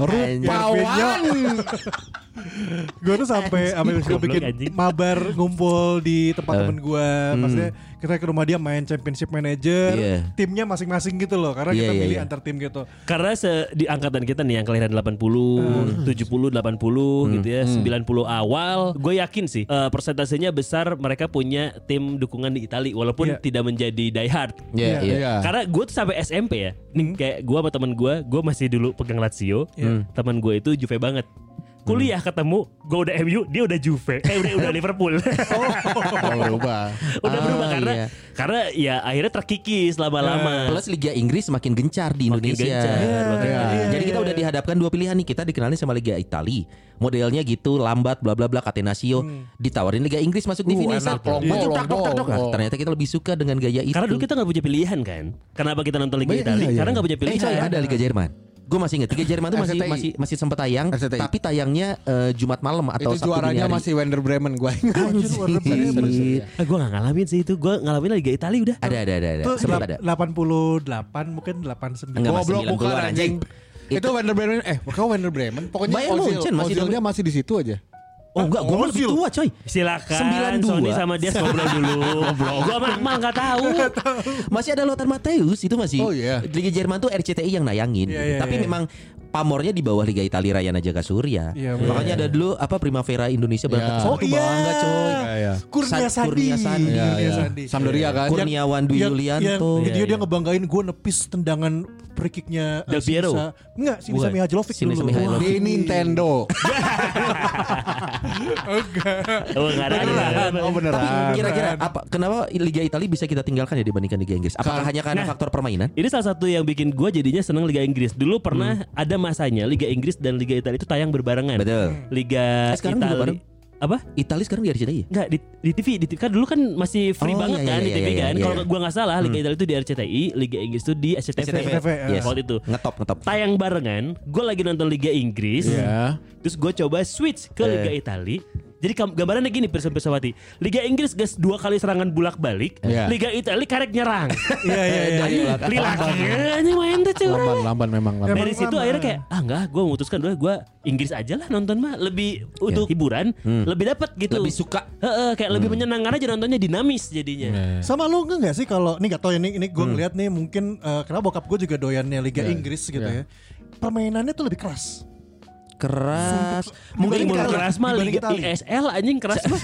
rupawan. gue tuh sampai sampai suka Goblok, bikin anjing. mabar ngumpul Eh. di tempat temen gue. Maksudnya kita ke rumah dia main championship manager, Hmm. Iya. timnya masing-masing gitu loh. Karena Iya, kita iya, milih iya. antar tim gitu. Karena se- di angkatan kita nih yang kelahiran Hmm. 80, 70, 80 gitu ya, 90 awal, gue yakin sih eh, persentasenya besar mereka punya tim dukungan di Itali walaupun Iya. tidak menjadi diehard. Iya, iya. Hmm. Karena gue tuh sampai SMP ya, nih kayak gue sama temen gue, gue masih dulu pegang Lazio, Iya. Hmm. temen gue itu Juve banget. Kuliah Hmm. ketemu, gue udah MU, dia udah Juve, eh udah, udah Liverpool. Oh, berubah. udah Ah, berubah karena iya. karena ya akhirnya terkikis lama-lama. Plus Liga Inggris makin gencar di Makin Indonesia. gencar, makin Iya. gencar. Jadi kita udah dihadapkan dua pilihan nih. Kita dikenalin sama Liga Itali. Modelnya gitu lambat bla bla bla Catenaccio ditawarin Liga Inggris masuk di Uh, finish. enak, Sak, lombol, maju, tak, tok, tak, tok. lombol. Nah, Ternyata kita lebih suka dengan gaya itu. Karena dulu kita nggak punya pilihan kan. Kenapa kita nonton Liga Iya, Italia? iya. Karena nggak punya Eh pilihan. coy ada Liga Jerman Gue masih inget Liga Jerman tuh masih RCTI. masih masih sempat tayang RCTI. Tapi tayangnya eh, Jumat malam atau Itu Sabtu dini juaranya hari. masih Wender Bremen gue ingat. Anjir, warna Anjir. merah. Ah, gue nggak ngalamin sih itu. Gue ngalamin Liga Italia udah. Ada ada ada, ada. Itu Sempat Iya, ada 88 mungkin 89. Enggak, Mas. Goblok 90-an, bukan anjing. Itu Wender Bremen eh kau Wender Bremen. Pokoknya Bayern Munchen masih Ozilnya masih di situ aja. Oh enggak gue lebih Ozil. tua coy Silakan 92. Sony sama dia ngobrol dulu. gue sama Akmal nggak tahu. Masih ada Lothar Matthäus Itu masih Oh, iya. Liga Jerman tuh RCTI yang nayangin Iya, gitu. iya, Tapi iya. memang pamornya di bawah Liga Italia Rayana Jaga Surya Iya, benar. Makanya ada dulu apa Primavera Indonesia berangkat Iya. ke sana Oh tuh iya. Bangga coy Iya, iya. Kurnia Sa- Sandi. Kurnia Sandi. Kurnia Iya, iya. Sandi. Sampdoria kan. Kurniawan Dwi Yang- Yulianto yang Video Iya, dia iya. ngebanggain gue nepis tendangan free kicknya eh, Del Piero? Enggak, Sinisa Bukan. Mihajlovic dulu. Sinisa Mihajlovic. Di Nintendo. Oh nggak ada. Oh Iya, beneran. Kira-kira apa kenapa Liga Italia bisa kita tinggalkan ya dibandingkan Liga Inggris? Apakah hanya karena faktor permainan? Ini salah satu yang bikin gue jadinya seneng Liga Inggris. Dulu pernah Hmm. ada masanya Liga Inggris dan Liga Italia itu tayang berbarengan. Betul. Liga Eh, sekarang juga Italia. bareng. Apa? Italia sekarang di RCTI ya? Enggak di, di TV, di TV kan dulu kan masih free Oh, iya, banget iya, kan di iya, TV iya, kan. iya. Kalau gua nggak salah Liga Italia itu di RCTI, Liga Inggris itu di SCTV. SCTV, Yes. Waktu itu Ngetop, ngetop. tayang barengan, gue lagi nonton Liga Inggris. Iya. Terus gue coba switch Eh. ke Liga Italia. Jadi kam- gambarannya gini Pirsa Pirsawati. Liga Inggris guys dua kali serangan bulak balik. Iya. Liga Italia karek nyerang. Iya, iya, iya. Lilaknya ini main tuh cewek. Lamban lamban memang lamban. Dari situ lama. akhirnya kayak ah enggak gue memutuskan udah gue Inggris aja lah nonton mah lebih untuk hiburan lebih dapat Iya. gitu Hmm. Lebih suka. Hmm. Iya. Heeh, kayak lebih menyenangkan aja nontonnya dinamis jadinya Sama lo enggak nggak sih kalau ini gak tau ya ini, ini gue ngeliat nih mungkin eh, karena bokap gue juga doyannya Liga Inggris gitu ya. Permainannya tuh lebih keras. keras. Mungkin Mungkin mulu karena keras mah dibanding Liga Itali. ISL anjing keras mah.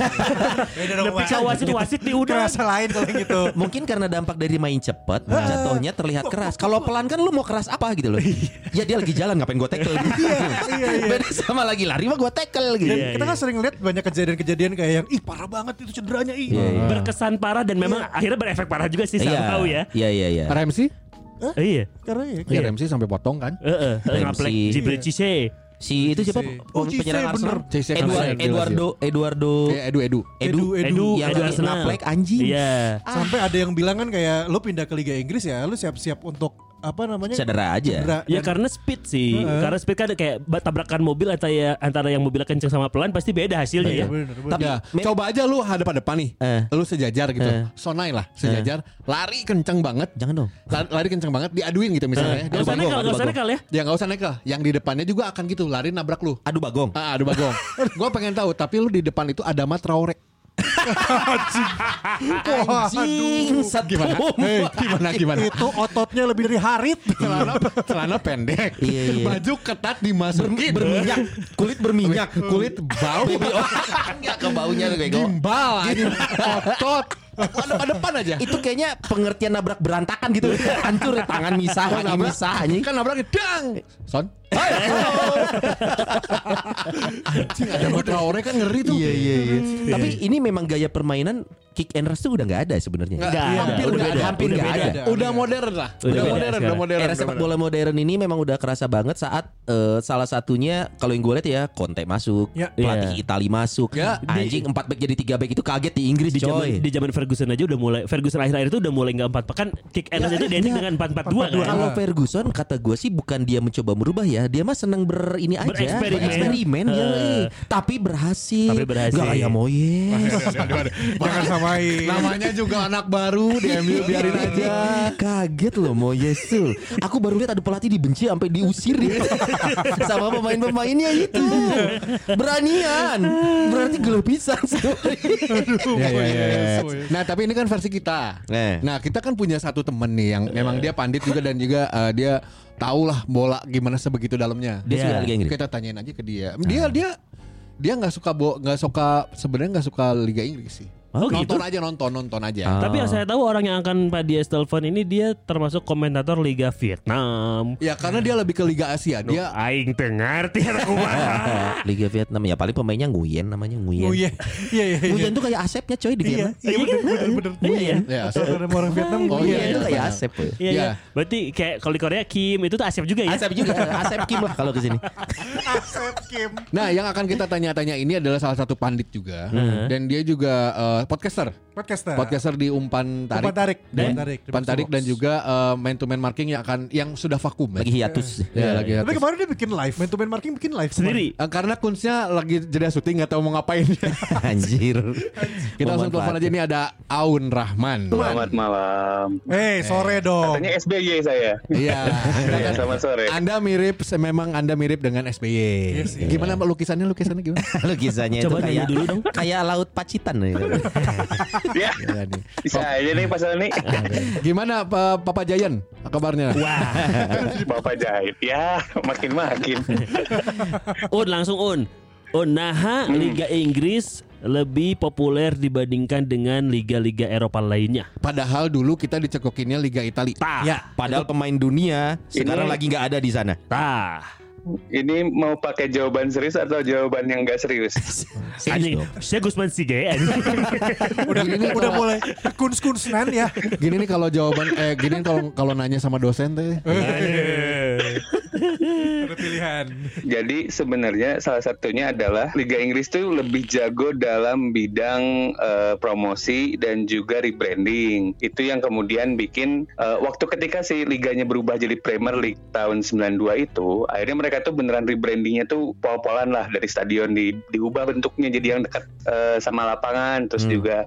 Beda dong, Tapi Mas. wasit wasit di udara. Kerasa lain kalau yang gitu. Mungkin karena dampak dari main cepet Jatuhnya terlihat keras Kalau pelan kan lu mau keras apa gitu loh Ya dia lagi jalan ngapain gue tackle gitu. Beda sama lagi lari mah gue tackle gitu Iya, Kita kan sering lihat banyak kejadian-kejadian kayak yang ih parah banget itu cederanya ih. Berkesan parah dan memang akhirnya berefek parah juga sih somehow ya. Iya, Iya iya iya Ramsey? Iya. Karena ya Ya Ramsey sampai potong kan? Heeh, Ramsey. ngaplek Jibril Cisse. Si itu siapa Oh, Cisse, penyerang Arsenal bener. Cisse kan Edward- bener. Eduardo Eduardo Eh, Edu Edu. Edu Edu, yang Edu lagi Arsenal. naplek anjing Iya. sampai ada yang bilang kan kayak lu pindah ke Liga Inggris ya, lu siap-siap untuk apa namanya? Cedera aja. Cedera. Ya Dan- karena speed sih, karena speed kan kayak ba- tabrakan mobil antara ya- antara yang mobilnya kenceng sama pelan pasti beda hasilnya Iya. ya. Bener, bener. Tapi Ya, me- coba aja lu hadap-hadapan nih. Eh. Lu sejajar gitu. Eh. Sonai lah, sejajar. Lari kenceng banget. Jangan dong Lari, lari kenceng banget diaduin gitu misalnya. Eh, nggak usah bagong, nekel, adu nggak usah bagong. nekel ya. Ya nggak usah nekel. Yang di depannya juga akan gitu. Lari nabrak lu. Aduh bagong Ah, aduh bagong. Gue pengen tahu, tapi lu di depan itu ada Mat Traore. Anjing Gimana? setrum. Hei, gimana gimana? itu ototnya lebih dari harit. celana celana pendek, Iya, iya. baju ketat dimasukin, Berminyak Kulit berminyak kulit bau, Enggak ke baunya tuh kayak gua. gimbal, anjing. Iya. otot, depan depan aja. Iya. itu kayaknya pengertian nabrak berantakan gitu hancur ya, tangan misah kaki misah anjing Kan nabrak dang. Son. Anjing ada Mat Traore kan ngeri tuh. iya iya iya tapi ini memang gaya permainan kick and rush tuh udah nggak ada sebenarnya Nggak, Nggak Iya, ada, hampir udah nggak ada beda, hampir udah nggak beda. ada Udah modern lah. Udah Udah beda modern, udah sekarang. modern. era udah sepak modern. bola modern ini memang udah kerasa banget saat eh, salah satunya kalau yang gue lihat ya Conte masuk Ya. pelatih Iya. Itali masuk Ya, anjing 4 back jadi 3 back itu kaget di Inggris Di zaman coy di zaman Ferguson aja udah mulai Ferguson akhir-akhir itu udah mulai nggak empat pekan kick and rush itu identik dengan empat Ya, empat dua kan. Kalau Ferguson kata gue sih bukan dia mencoba merubah ya, dia mah seneng ber ini aja, Bereksperimen. bereksperimen ya, Eh. tapi berhasil, Tapi berhasil. Iya. gak kayak Moyes, Jangan samain. Namanya juga anak baru di MU biarin aja. Iya, Kaget loh Moyes tuh. Aku baru lihat ada pelatih dibenci sampai diusir gitu. Sama pemain-pemainnya itu. Beranian. Berarti gelobisan sebenarnya. Ya, ya, ya, ya. Moyes, Moyes. Nah tapi ini kan versi kita. Eh. Nah kita kan punya satu temen nih yang memang dia pandit juga dan juga eh, dia tahu lah bola gimana sebegitu dalamnya. Dia suka Liga Inggris. Kita tanyain aja ke dia. Dia dia dia nggak suka bo nggak suka sebenarnya nggak suka Liga Inggris sih. Oh, gitu? Ah. nonton aja nonton nonton aja. Tapi yang saya tahu orang yang akan Pak Dias telepon ini dia termasuk komentator Liga Vietnam. Ya karena dia lebih ke Liga Asia. Dia Aing teu ngarti aku mah. Liga Vietnam ya paling pemainnya Nguyen namanya Nguyen. Oh iya. Iya iya iya. Nguyen tuh kayak Asepnya coy di Iya, Vietnam. iya bener bener bener. Iya, iya. ya, so- Saudara orang Vietnam Oh, Nguyen iya, tuh iya, kayak benar. Asep. Boy. Iya, Iya. iya. Berarti kayak kalau di Korea Kim itu tuh Asep juga ya. Asep juga, Asep Kim lah kalau kesini. Asep Kim. Nah yang akan kita tanya-tanya ini adalah salah satu pandit juga dan dia juga eh, podcaster. Podcaster. Podcaster di umpan tarik. Umpan tarik. Dan, Umpan tarik. umpan tarik dan juga main to main marking yang akan yang sudah vakum ya. Lagi hiatus. Ya, lagi Tapi atas. kemarin dia bikin live, main to main marking bikin live Sendiri. Eh, karena kunsnya lagi jeda syuting nggak tahu mau ngapain. Kita Anjir. langsung telepon aja ini ada Aun Rahman. Selamat malam. kemarin. Eh, sore dong. Katanya SBY saya. Iya. Ah. Iya, selamat sore. Anda mirip memang Anda mirip dengan SBY. Iya sih. Gimana Pak lukisannya lukisannya gimana? Lu kisahnya itu Coba nyanyi kayak dulu dong. kayak laut Pacitan ya. Ya, Gila Iya nih. bisa aja nih pasal ini. Gimana Pak Papa Jayan kabarnya? Bapak jahit. Ya, makin-makin. Un langsung Un. Un Naha Liga Inggris lebih populer dibandingkan dengan liga-liga Eropa lainnya. Padahal dulu kita dicekokinnya Liga Itali. Tah. Ah, Padahal pemain dunia sekarang Ini- lagi nggak ada di sana. Tah. Ini mau pakai jawaban serius atau jawaban yang gak serius? Anjing, saya Gusman Sige. anjing. Udah Gini nih udah kalau- mulai kuns kunsnan ya. Gini nih kalau jawaban eh gini nih kalau kalau nanya sama dosen teh. Ada pilihan. Jadi sebenarnya salah satunya adalah Liga Inggris tuh lebih jago dalam bidang eh, promosi dan juga rebranding. Itu yang kemudian bikin eh, waktu ketika si liganya berubah jadi Premier League tahun 92 itu, akhirnya mereka tuh beneran rebrandingnya tuh pol-polan lah dari stadion di diubah bentuknya jadi yang dekat eh, sama lapangan, Hmm. terus juga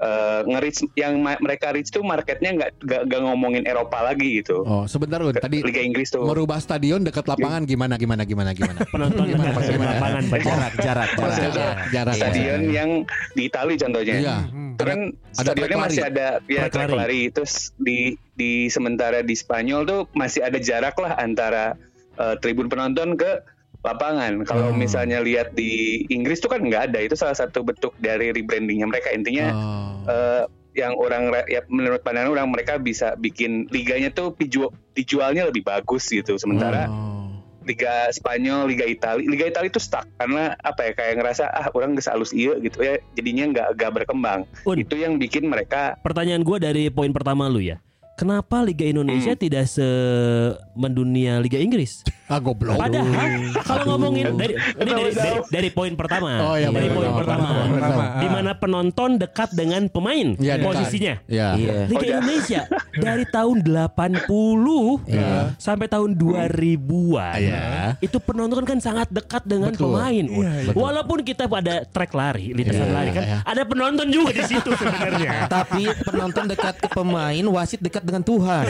eh, nge-reach yang ma- mereka reach tuh marketnya nggak nggak- nggak ngomongin Eropa lagi gitu. Oh, sebentar Un. tadi Liga Inggris tuh. merubah stadion dekat lapangan gimana gimana gimana gimana. Penonton Gimana, di gimana? lapangan Pak. Jarak, jarak, jarak. Maksudnya jarak stadion yang di Itali contohnya. Iya. Itu kan Ada stadionnya Klari. masih ada ya Klari. Klari. Terus di di sementara di Spanyol tuh masih ada jarak lah antara eh, tribun penonton ke lapangan. Kalau Hmm. misalnya lihat di Inggris tuh kan nggak ada. Itu salah satu bentuk dari rebrandingnya mereka. Intinya Oh. Iya. eh, yang orang ra- ya menurut pandangan orang mereka bisa bikin liganya tuh dijual, dijualnya lebih bagus gitu. Sementara Oh. Liga Spanyol, Liga Italia, Liga Italia itu stuck karena apa ya kayak ngerasa ah orang gak halus iya gitu ya jadinya nggak nggak berkembang. Un. Itu yang bikin mereka Pertanyaan gue dari poin pertama lu ya. Kenapa Liga Indonesia Hmm. tidak se mendunia Liga Inggris? Ah goblok. Padahal kalau ngomongin dari ini dari, dari, dari poin pertama, Oh, iya, dari benar, poin benar, pertama, benar, Dimana benar. Pertama, ah. di mana penonton dekat dengan pemain Iya, dekat. posisinya. Iya. Iya. Liga Indonesia dari tahun 80 iya. Ah. sampai tahun 2000-an. Iya. Itu penonton kan sangat dekat dengan Betul. pemain. Iya, Walaupun kita ada track lari, lintasan Iya, lari kan, iya. ada penonton juga di situ sebenarnya. Tapi penonton dekat ke pemain, wasit dekat dengan Tuhan.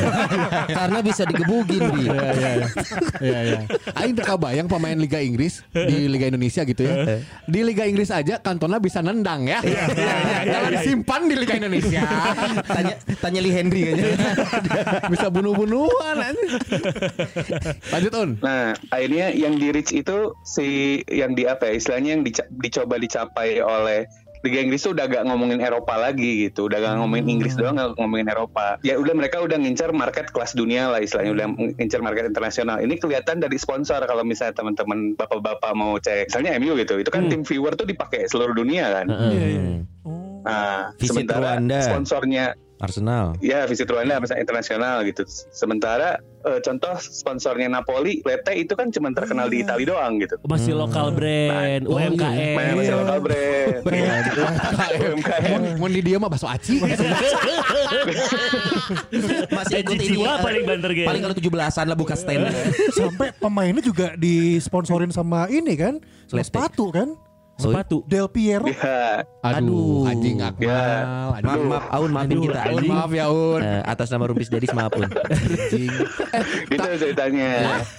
Karena bisa digebugin Bi. Iya, iya, iya. Iya, iya. Aing udah kebayang pemain Liga Inggris di Liga Indonesia gitu ya. Di Liga Inggris aja kantona bisa nendang ya. Jangan simpan di Liga Indonesia. Tanya tanya Lee Henry kayaknya. bisa bunuh-bunuhan. anjing. Lanjut on. nah akhirnya yang di reach itu si yang di apa ya istilahnya yang dica- dicoba dicapai oleh Liga Inggris tuh udah gak ngomongin Eropa lagi gitu, udah gak ngomongin Inggris Hmm. doang, gak ngomongin Eropa. Ya udah mereka udah ngincar market kelas dunia lah istilahnya, udah ngincar market internasional. Ini kelihatan dari sponsor kalau misalnya teman-teman bapak-bapak mau cek, misalnya MU gitu, itu kan Hmm. tim viewer tuh dipakai seluruh dunia kan. Iya, iya. Nah, Visit sementara Rwanda. sponsornya Arsenal. ya visit Rwanda misalnya internasional gitu. Sementara eh, contoh sponsornya Napoli, Lete itu kan cuma terkenal di Italia doang gitu. Masih Hmm. lokal brand, Oh, iya. UMKM. Main sama lokal brand. UMKM. Mau di dia mah bakso aci. Masih ikut Gaji ini. jiwa eh, paling banter, Gen. Paling kalau 17-an lah buka stand. Sampai pemainnya juga disponsorin sama ini kan, sama Celeste. sepatu kan, Sepatu. Del Piero. Iya. Ya, Aduh. Aduh, anjing Ya. akmal. Aduh. Maaf, maaf, Aun maafin Aduh, kita. Aun, Aun. maaf ya Un. Eh, atas nama Rumpis Dadis maaf Aun. Anjing. Eh, gitu ta- ceritanya.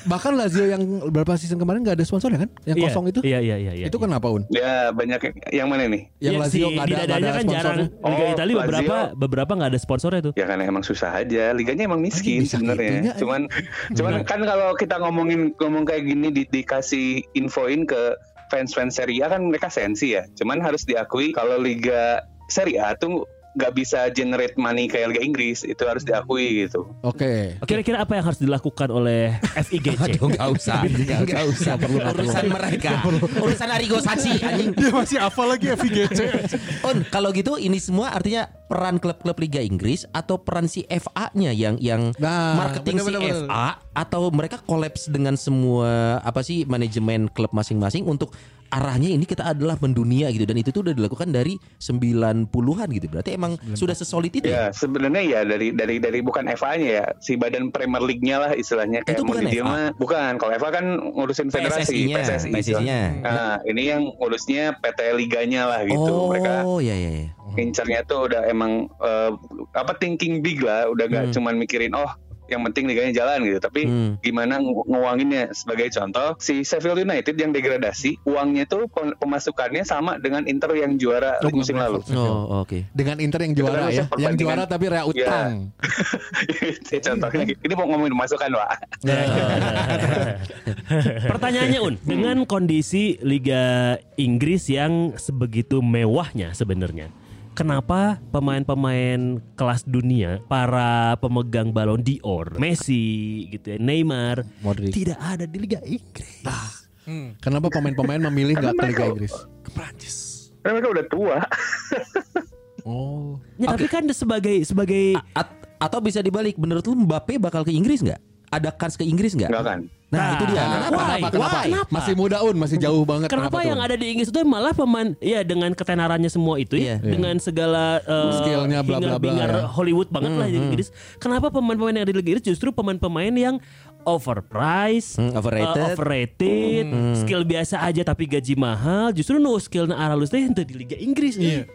bahkan Lazio yang berapa season kemarin nggak ada sponsor ya kan? Yang Iya, kosong itu. Iya, iya, iya. iya. Itu kenapa Un? Ya banyak yang mana nih? Yang Iya, Lazio si nggak ada, nggak Didadanya ada kan jarang sponsornya. Liga Oh, Italia beberapa Lazio. beberapa nggak ada sponsornya tuh. Ya karena emang susah aja, liganya emang miskin Bisa gitunya, sebenarnya. anjing. Cuman, cuman kan kalau kita ngomongin ngomong kayak gini di- dikasih infoin ke fans-fans Serie A kan mereka sensi ya. Cuman harus diakui kalau Liga Serie A tuh nggak bisa generate money kayak Liga Inggris itu harus diakui gitu. Oke. Kira-kira apa yang harus dilakukan oleh FIGC? Aduh nggak usah, nggak usah perlu urusan mereka, urusan Arigo Sachi anjing. Dia masih hafal lagi FIGC. On, kalau gitu ini semua artinya peran klub-klub Liga Inggris atau peran si FA-nya yang yang Nah, marketing si bener, bener, FA atau mereka kolaps dengan semua apa sih manajemen klub masing-masing untuk arahnya ini kita adalah mendunia gitu dan itu tuh udah dilakukan dari 90-an gitu. Berarti emang sudah sesolid itu ya? Ya sebenarnya ya dari dari dari bukan FA-nya ya si badan Premier League-nya lah istilahnya kayak Itu mau bukan di dia FA. mah bukan kalau FA kan ngurusin federasi PSSI-nya, PSSI. PSSI-nya. Nah ini yang ngurusnya PT Liganya lah gitu oh, mereka ya ya ya. incernya tuh udah emang eh, apa thinking big lah udah gak cuman mikirin oh yang penting liganya jalan gitu tapi Hmm. gimana ngu- nguanginnya sebagai contoh si Sheffield United yang degradasi uangnya tuh pem- pemasukannya sama dengan Inter yang juara Oh, musim bukan lalu Oh, oke. Dengan Inter yang kan juara harusnya ya, yang perbandingan. juara tapi rea utang. Ya, contohnya gitu. ini mau ngomongin pemasukan pak Pertanyaannya Un, dengan kondisi Liga Inggris yang sebegitu mewahnya sebenarnya, kenapa pemain-pemain kelas dunia, para pemegang Ballon d'Or, Messi gitu ya, Neymar, Modric. tidak ada di Liga Inggris? Nah, Hmm. Kenapa pemain-pemain memilih nggak ke Liga Inggris? karena mereka udah tua Oh. Ya, Tapi kan sebagai sebagai At- atau bisa dibalik, menurut lu Mbappe bakal ke Inggris nggak? Ada kans ke Inggris nggak? Nggak kan Nah, itu dia. Nah, Kenapa? why? Kenapa? Kenapa? Why? Kenapa? Masih muda un, masih jauh banget. Kenapa tuh, yang Un? ada di Inggris itu malah pemain ya dengan ketenarannya semua itu ya Iya. dengan segala eh, Skillnya, bla, bla, bla, hingar-bingar ya. Hollywood banget lah di Inggris. Kenapa pemain-pemain yang ada di Liga Inggris justru pemain-pemain yang overpriced, Hmm, overrated. eh, overrated, skill biasa aja tapi gaji mahal, justru no skill na aralus teh henteu di Liga Inggris. Iya.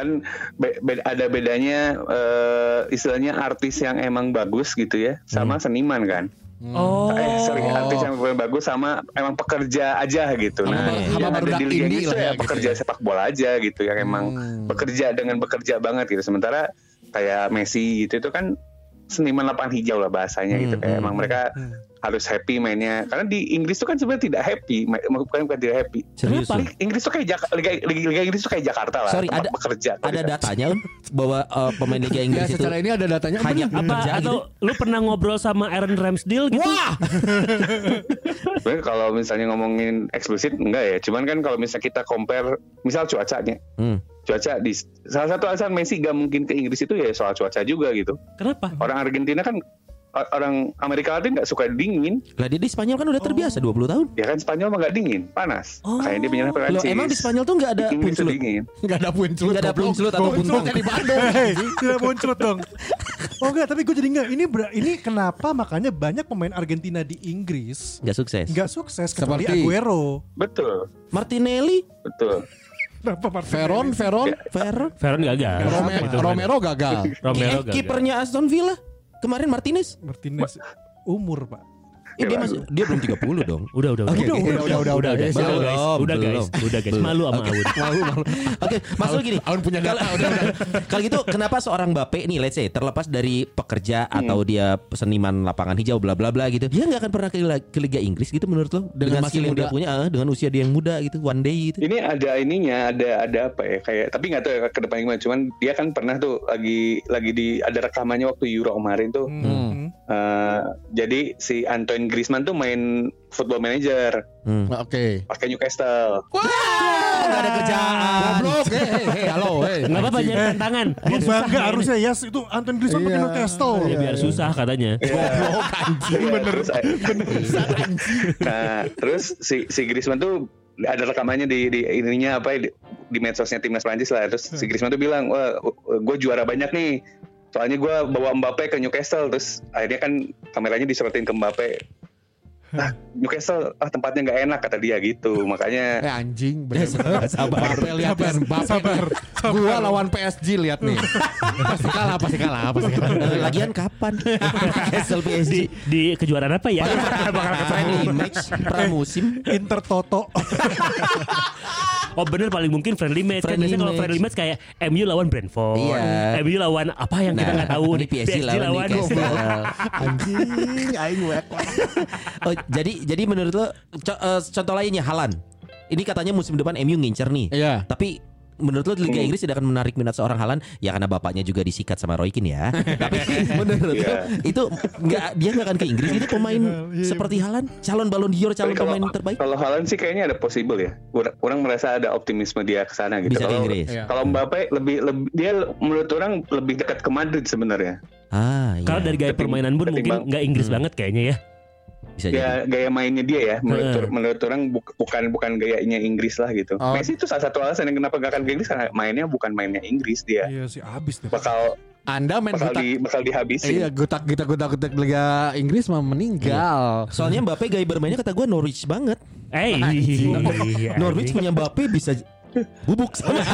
kan be- be- ada bedanya eh, istilahnya artis yang emang bagus gitu ya sama seniman kan Oh. eh sorry artis yang paling bagus sama emang pekerja aja gitu Sama bar- nah yang sama ada barudak di Liga indie Inggris lah ya tuh ya gitu pekerja ya. sepak bola aja gitu yang emang Hmm. bekerja dengan bekerja banget gitu sementara kayak Messi gitu itu kan seniman lapangan hijau lah bahasanya gitu Hmm, kayak hmm. emang mereka harus happy mainnya karena di Inggris tuh kan sebenarnya tidak happy ma- bukan bukan tidak happy Serius Tapi lu? Inggris tuh kayak Jaka- Liga, Liga, Liga Inggris tuh kayak Jakarta lah Sorry, tempat Iya. ada- bekerja Ada datanya Un, bahwa eh, pemain Liga Enggak, Inggris itu secara ini ada datanya hanya bener. apa bekerja atau gitu. lu pernah ngobrol sama Aaron Ramsdale gitu? Wah, Sebenarnya kalau misalnya ngomongin eksplisit enggak ya cuman kan kalau misalnya kita compare misal cuacanya Hmm. cuaca di salah satu alasan Messi gak mungkin ke Inggris itu ya soal cuaca juga gitu Hmm. Kenapa? orang Argentina kan o- orang Amerika Latin nggak suka dingin lah dia di Spanyol kan udah terbiasa 20 tahun. ya kan Spanyol mah nggak dingin panas Oh. makanya dia pindah Loh, Perancis emang di Spanyol tuh nggak ada Inggris tuh puncelut? dingin Enggak ada puncelut. Nggak ada goblok. puncelut atau buntong? Gobloknya di Bandung. Hei, tidak muncul dong. Oh enggak, tapi gue jadi enggak. Ini ber- ini kenapa makanya banyak pemain Argentina di Inggris Nggak sukses. enggak sukses kecuali Seperti- Aguero. betul Martinelli, betul Kenapa Martinelli? Veron, Veron, Fer, Veron gagal. Rome- Itu bener. Romero gagal. Romero eh, gagal. kipernya Aston Villa kemarin Martinez. Martinez umur, Pak. Eh, dia masuk dia belum 30 dong. Udah udah udah. Oke, udah, oke. udah, udah, udah, guys. Belum, Udah guys. Udah guys. belum. Udah guys. Belum. Malu sama Aun. Malu, malu. Oke, Mas Lu gini. Aun punya data, Kalau- udah, udah. Kalau gitu kenapa seorang Bape nih let's say terlepas dari pekerja Hmm. atau dia seniman lapangan hijau bla bla bla gitu. Dia nggak akan pernah ke Liga, ke Liga Inggris gitu menurut lo dengan, Dengan masih skill yang muda. Iya. dia punya, eh, dengan usia dia yang muda gitu, one day gitu. Ini ada ininya, ada ada apa ya kayak tapi nggak tahu ya ke depan gimana. Cuman dia kan pernah tuh lagi lagi di ada rekamannya waktu Euro kemarin tuh. Hmm. Eh, jadi si Antoine Griezmann tuh main Football Manager Hmm. Nah, Oke. pakai Newcastle. Nggak ada kerjaan. Goblok, hei, hei, hei, halo, hei. Enggak apa-apa Anjing. nyari tantangan. Gue Biar susah bangga mainnya. harusnya ya yes, itu Anton Griezmann pakai Iya. Newcastle. Ya, biar susah katanya. Eh, Iya, terus, nah, terus si si Griezmann tuh ada rekamannya di, di ininya apa ya, di, di medsosnya timnas Prancis lah. Terus si Griezmann tuh bilang, wah gue juara banyak nih. Soalnya gue bawa Mbappe ke Newcastle. Terus akhirnya kan kameranya diserotin ke Mbappe. Ah, Newcastle ah tempatnya nggak enak kata dia gitu. Makanya Eh anjing, bener. sabar. Bape lihat ya, Bape. Sabar. Gua lawan PSG lihat nih. pasti kalah, pasti kalah, pasti kalah. Eh, Lagian kapan? Newcastle PSG. Di, di kejuaraan apa ya? Bakal friendly match pramusim. Inter Toto. Oh bener paling mungkin friendly match. Kan Friendly biasanya kalau match. friendly match kayak MU lawan Brentford. Iya. MU lawan apa yang kita Nah, nggak tahu. ini PSG lawan Newcastle. Iya. Anjing, aing wek. Oh, jadi jadi menurut lo co- eh, contoh lainnya Halan. Ini katanya musim depan MU ngincer nih. Iya. Tapi menurut lo Hmm. Liga Inggris tidak akan menarik minat seorang Halan ya karena bapaknya juga disikat sama Roy Keane ya. Tapi menurut lo Iya. itu nggak dia nggak akan ke Inggris itu pemain Iya, seperti Halan calon Ballon d'Or calon tapi kalau pemain terbaik. kalau Haaland sih kayaknya ada possible ya. Orang, orang merasa ada optimisme dia ke sana gitu. Bisa ke Kalau- Inggris. Iya. Kalau Mbappe lebih, lebih dia menurut orang lebih dekat ke Madrid sebenarnya. Ah, iya. Kalau dari gaya Ketimbang- permainan pun mungkin ketimbang- nggak Inggris Hmm. banget kayaknya ya. bisa jadi. gitu. Ya gaya mainnya dia ya menurut Heeh. menurut orang buk- bukan bukan gayanya Inggris lah gitu. Oh. Messi itu salah satu alasan yang kenapa gak akan ke Inggris karena mainnya bukan mainnya Inggris dia. Iya sih habis deh. Bakal Anda main bakal gutak. di bakal Iya, dihabisin. gutak kita gutak gutak Liga Inggris mah meninggal. Soalnya Mbappe gaya bermainnya kata gue Norwich banget. Eh, iya, Norwich punya Mbappe bisa bubuk sama.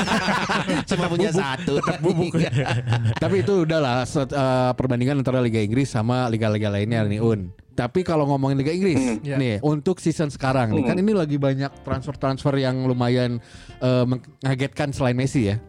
Cuma punya satu. bubuk. Iya. Tapi itu udahlah set- eh, perbandingan antara Liga Inggris sama liga-liga lainnya nih Un. Tapi kalau ngomongin Liga Inggris Iya. nih untuk season sekarang nih Hmm. kan ini lagi banyak transfer-transfer yang lumayan eh, mengagetkan selain Messi ya.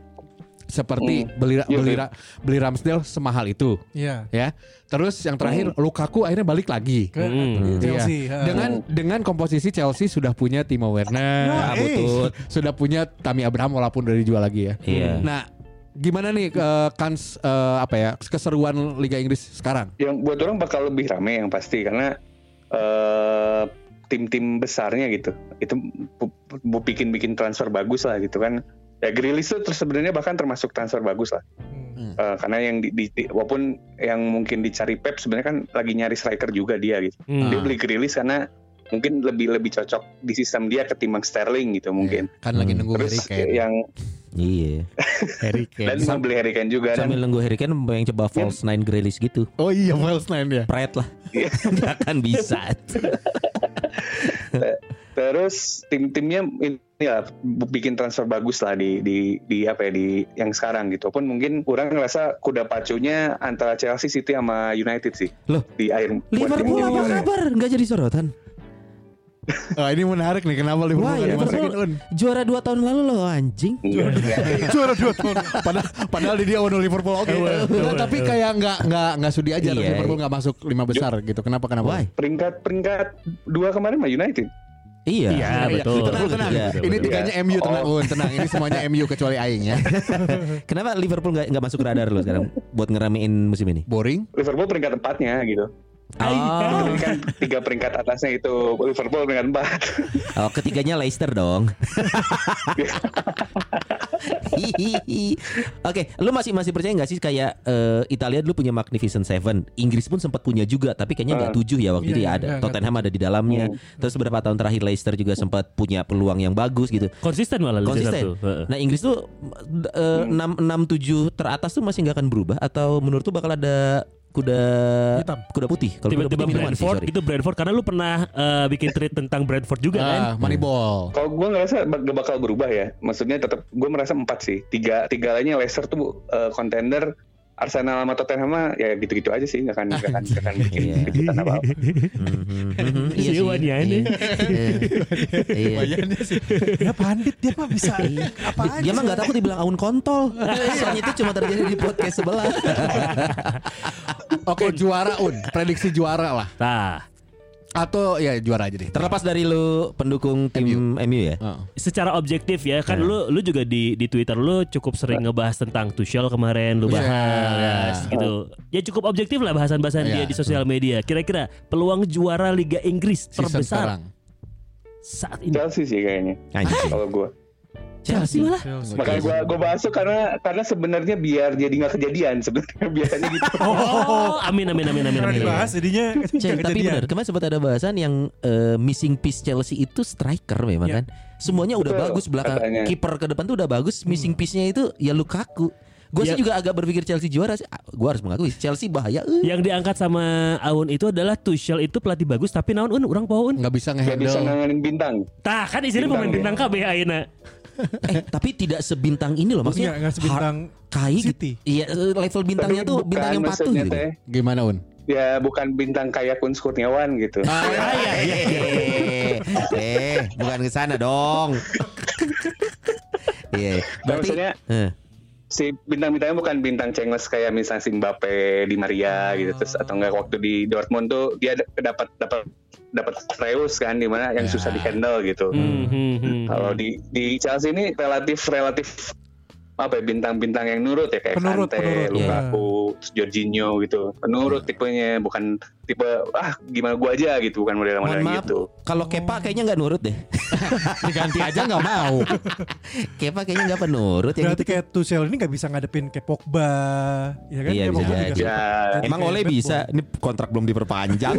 Seperti Hmm. beli Iya, beli iya. beli Ramsdale semahal itu Iya. ya. Terus yang terakhir Hmm. Lukaku akhirnya balik lagi. Ke Ya. Hmm. Chelsea. Iya. ha. Dengan dengan komposisi Chelsea sudah punya Timo Werner, Ya. Nah, eh. betul. Sudah punya Tammy Abraham walaupun udah dijual lagi ya. Iya. Nah, gimana nih eh, kans eh, apa ya keseruan Liga Inggris sekarang? Yang buat orang bakal lebih rame yang pasti karena eh, tim-tim besarnya gitu. Itu bu- bu- bikin-bikin transfer bagus lah gitu kan. Ya Grilis tuh terus sebenarnya bahkan termasuk transfer bagus lah. Hmm. Eh, karena yang di, di- di- walaupun yang mungkin dicari Pep sebenarnya kan lagi nyari striker juga dia gitu. Hmm. Dia beli Grilis karena mungkin lebih lebih cocok di sistem dia ketimbang Sterling gitu mungkin. Kan lagi Hmm. nunggu Harry Terus Kane. yang Iya. Harry Kane. dan mau beli Harry Kane juga dan Sambil nunggu Harry Kane yang coba false Iya. nine Grealish gitu. Oh iya, Wales Nine ya. Pret lah. Gak akan bisa. terus tim-timnya ini ya bikin transfer bagus lah di di di apa ya di yang sekarang gitu. Pun mungkin kurang ngerasa kuda pacunya antara Chelsea City sama United sih. Loh? Di air buat Liverpool tim-tim apa juara. kabar? Gak jadi sorotan. Oh, ini menarik nih kenapa Liverpool Wah, ya, nggak dimasukin Liverpool Un? juara 2 tahun lalu loh anjing. Iya. Juara 2 tahun. Padahal padahal di dia ono Liverpool oke. Nah, tapi kayak nggak nggak nggak sudi aja terus Iya. Liverpool nggak masuk lima besar gitu. Kenapa kenapa? Why? peringkat peringkat dua kemarin mah United. Iya. Iya, betul. Tenang, tenang. Iya, betul, ini betul. tiganya MU tenang, Un. Tenang, ini semuanya MU kecuali Aing ya. Kenapa Liverpool nggak nggak masuk radar lo sekarang buat ngeramein musim ini? Boring. Liverpool peringkat empatnya gitu. Oh, Peringkat tiga peringkat atasnya itu Liverpool peringkat empat. oh, ketiganya Leicester dong. Hihihi. Oke, lu masih masih percaya nggak sih kayak eh, Italia dulu punya Magnificent Seven, Inggris pun sempat punya juga, tapi kayaknya nggak tujuh ya waktu Iya, itu iya, ya ada nggak- Tottenham ada di dalamnya. Terus beberapa tahun terakhir Leicester juga sempat punya peluang yang bagus gitu. Konsisten malah Leicester Konsisten. tuh. Heeh. Nah Inggris tuh eh, enam enam tujuh teratas tuh masih nggak akan berubah atau menurut tuh bakal ada kuda Hitam. kuda putih kalau kuda Tiba-tiba putih minuman sih Brentford gitu. sorry. itu Brentford karena lu pernah eh, bikin tweet tentang Brentford juga kan? Ah, Moneyball. Kalau gue ngerasa bak- gak bakal berubah ya. Maksudnya tetap gue merasa empat sih. Tiga tiga lainnya Leicester tuh eh, contender. Arsenal sama Tottenham mah ya gitu-gitu aja sih. Gak akan nggak akan nggak akan bikin Iya. kejutan apa apa. Mhm, mhm, Si Iwan ya ini. Iya. Iya. Ya pandit dia mah bisa apaan Dia mah nggak takut dibilang Aun kontol. Soalnya itu cuma terjadi di podcast sebelah. Oke, juara Un. Prediksi juara lah. Nah, Atau ya juara aja deh. Terlepas dari lu pendukung tim MU ya. Heeh. secara objektif ya kan lu lu juga di di Twitter lu cukup sering ngebahas tentang Tuchel kemarin lu Tuchel, bahas ya. gitu. Ya cukup objektif lah bahasan-bahasan dia Iya. di sosial media. Kira-kira peluang juara Liga Inggris Season terbesar sekarang. saat ini Chelsea sih kayaknya. Anjing. Kalau gue. Chelsea malah. Makanya gue gue bahas tuh karena karena sebenarnya biar jadi nggak kejadian sebenarnya biasanya gitu. Iya Oh, amin amin amin amin. Karena amin. dibahas jadinya Cek, nggak tapi kejadian. benar kemarin sempat ada bahasan yang eh, missing piece Chelsea itu striker Iya. memang kan. Semuanya udah Betul, bagus belakang katanya. kiper ke depan tuh udah bagus, Hmm. missing piece-nya itu ya Lukaku. Gue sih Iya. Ya. juga agak berpikir Chelsea juara sih. Ah, Gue harus mengakui Chelsea bahaya. Iya. eh. Yang diangkat sama Aun itu adalah Tuchel itu pelatih bagus tapi naon Un orang pohon. nggak bisa Gak bisa ngehandle. nanganin bintang. Tah kan isinya pemain bintang Bintang KB Aina. Eh, tapi tidak sebintang ini loh Iya, maksudnya. nggak sebintang har- Kai gitu. City. Iya, eh, level bintangnya Tapi tuh bukan, bintang yang patuh maksudnya gitu. teh, Gimana Un? ya bukan bintang kayak Kun Kurniawan gitu. Ah, Ah, iya, Eh, eh, bukan ke sana dong. Iya, berarti Maksudnya eh, si bintang-bintangnya bukan bintang cengles kayak misalnya si Mbappe, Di Maria gitu terus atau enggak waktu di Dortmund tuh dia d- dapat dapat dapat Reus kan di mana Ya. yang susah dihandle gitu. Hmm, hmm, hmm. Kalau di di Chelsea ini relatif relatif apa ya bintang-bintang yang nurut ya kayak Penurut, Kante, penurut, Lukaku, terus Jorginho gitu. Penurut tipenya bukan tipe ah gimana gua aja gitu bukan mohon model-model maaf. gitu. Kalau Kepa kayaknya nggak nurut deh. Diganti aja nggak mau. Kepa kayaknya nggak penurut yang Berarti gitu. kayak Tuchel ini nggak bisa ngadepin kayak Pogba, ya kan? Iya, Dia bisa Pogba jadi. juga. Ya, Emang Kayak oleh Pep bisa, ini kontrak belum diperpanjang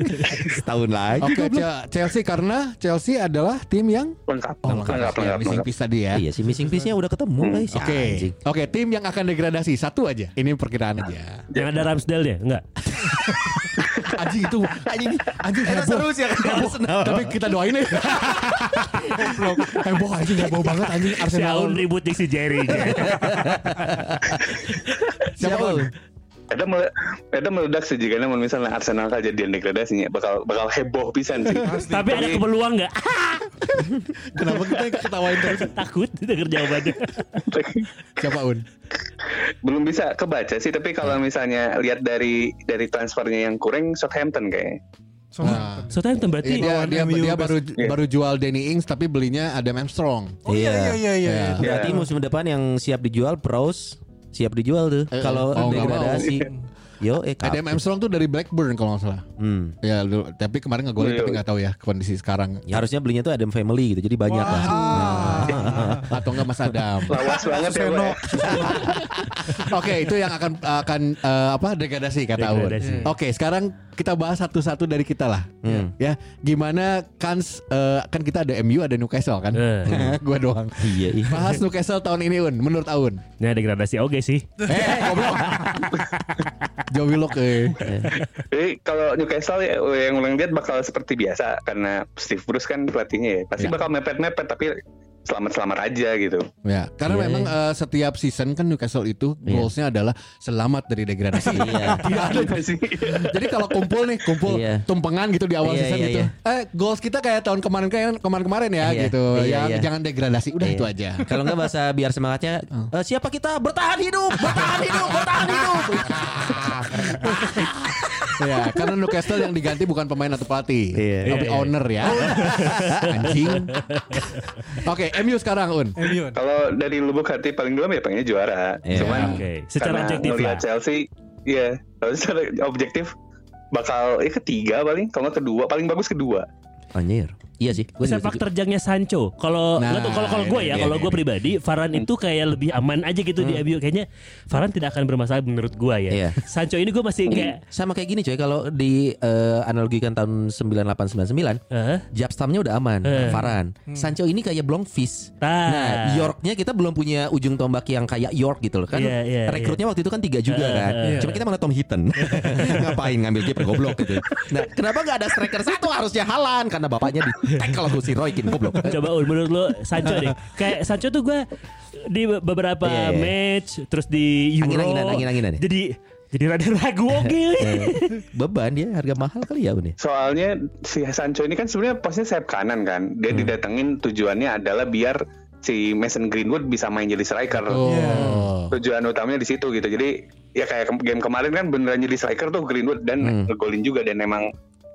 Setahun lagi. Oke, Ce- Chelsea karena Chelsea adalah tim yang lengkap, Oh, lengkap, lengkap, ya, lengkap, missing lengkap. piece tadi ya. Iya sih missing piece-nya udah ketemu guys. Oke, Anjing. oke tim yang akan degradasi satu aja. Ini perkiraan aja. Yang ada Ramsdale ya? Enggak. Anjing itu, anjing, anjing heboh. sih ya kan Arsenal. Tapi kita doain ya. heboh anjing, heboh banget anjing Si Aun Arsenal. ribut si Jerry. Siapa? Siapa? Ada mele- ada meledak sih jika namun misalnya Arsenal kejadian degradasinya bakal bakal heboh pisan sih. tapi ada keperluan enggak? Kenapa kita yang ketawain terus? Takut denger jawabannya. Siapa Un? Belum bisa kebaca sih tapi kalau misalnya lihat dari dari transfernya yang kurang Southampton kayaknya. Soalnya Nah. Southampton Iya, berarti dia, lawan dia, MU dia best- baru baru jual Danny Ings tapi belinya Adam Armstrong. Oh iya iya iya iya. Iya. iya. Berarti musim depan yang siap dijual Prowse siap dijual tuh Eh, kalau mau nggak degradasi. Yo, eh Adam kapten. Armstrong tuh dari Blackburn kalau nggak salah. Hmm. Ya, dulu- tapi kemarin nggak golin Iya. tapi nggak tahu ya kondisi sekarang. Ya, harusnya belinya tuh Adam Family gitu. Jadi banyak lah. Atau nggak Mas Adam. Lawas banget ya. Ah. Suseno. Pak. Oke, itu yang akan akan eh, apa degradasi kata Aun. Degradasi. Oke, sekarang kita bahas satu-satu dari kita lah. Hmm. Ya, gimana kans eh, kan kita ada MU ada Newcastle kan? Eh. Gua doang. Iya, iya. Bahas Newcastle tahun ini Un, menurut Aun. Nah degradasi oke sih. Eh, goblok. Jowi Lok, eh. Jadi kalau Newcastle ya, yang ulang lihat bakal seperti biasa karena Steve Bruce kan pelatihnya ya. Ya. Pasti bakal mepet-mepet tapi selamat-selamat aja gitu. Ya, karena Iya, memang eh, setiap season kan Newcastle itu Iya. goalsnya adalah selamat dari degradasi. Tidak Iya. ada Gimana sih? Jadi kalau kumpul nih, kumpul Iya. tumpengan gitu di awal Iya, season iya, gitu. iya. Eh, goals kita kayak tahun kemarin kemarin kemarin ya Iya, gitu. iya, Yang iya. jangan degradasi, udah Iya. itu aja. Kalau nggak bahasa biar semangatnya Oh. eh, siapa kita bertahan hidup, bertahan hidup, bertahan hidup. ya, karena Newcastle yang diganti bukan pemain atau pelatih, Iya. tapi Iya, iya. owner ya. Anjing. Oke, MU sekarang Un. Emion. Kalau dari lubuk hati paling dalam ya pengennya juara. Iya. Cuman Oke, secara karena objektif ngelihat lah. Chelsea, iya, kalau secara objektif bakal ya ketiga paling, kalau nggak kedua, paling bagus kedua. Anjir. Iya sih. Gua juga sepak setuju. iya, terjangnya Sancho. Kalau Nah, nggak tahu, kalau kalau gue ini ya, dia, kalau ini gue dia. pribadi, Varane Hmm. itu kayak lebih aman aja gitu di MU. Kayaknya Varane tidak akan bermasalah menurut gue ya. Iya. Sancho ini gue masih kayak Sama kayak gini coy kalau di eh, analogikan tahun 9899 eh, Japstamnya udah aman, Eh. Varan. Sancho ini kayak Blomqvist. Nah. Nah, Yorknya kita belum punya ujung tombak yang kayak York gitu loh kan. Iya, iya, rekrutnya waktu itu kan tiga juga Eh, kan. eh. Cuma kita malah Tom Hinton. Ngapain ngambil kiper goblok gitu. Nah, kenapa nggak ada striker satu harusnya Halan karena bapaknya di tackle sama si Roykin goblok. Coba Un, menurut lo Sancho deh. Kayak Sancho tuh gue di beberapa Iya, iya. match terus di Euro. Angin-anginan, angin-anginan ya? Jadi jadi rada ragu oke. Eh, Beban dia harga mahal kali ya Bun ya. Soalnya si Sancho ini kan sebenarnya posnya sayap kanan Hmm. kan. Dia didatengin tujuannya adalah biar si Mason Greenwood bisa main jadi striker. Iya. Tujuan utamanya di situ gitu. Jadi ya kayak ke- game kemarin kan beneran jadi striker tuh Greenwood Hmm. dan ngegolin juga dan emang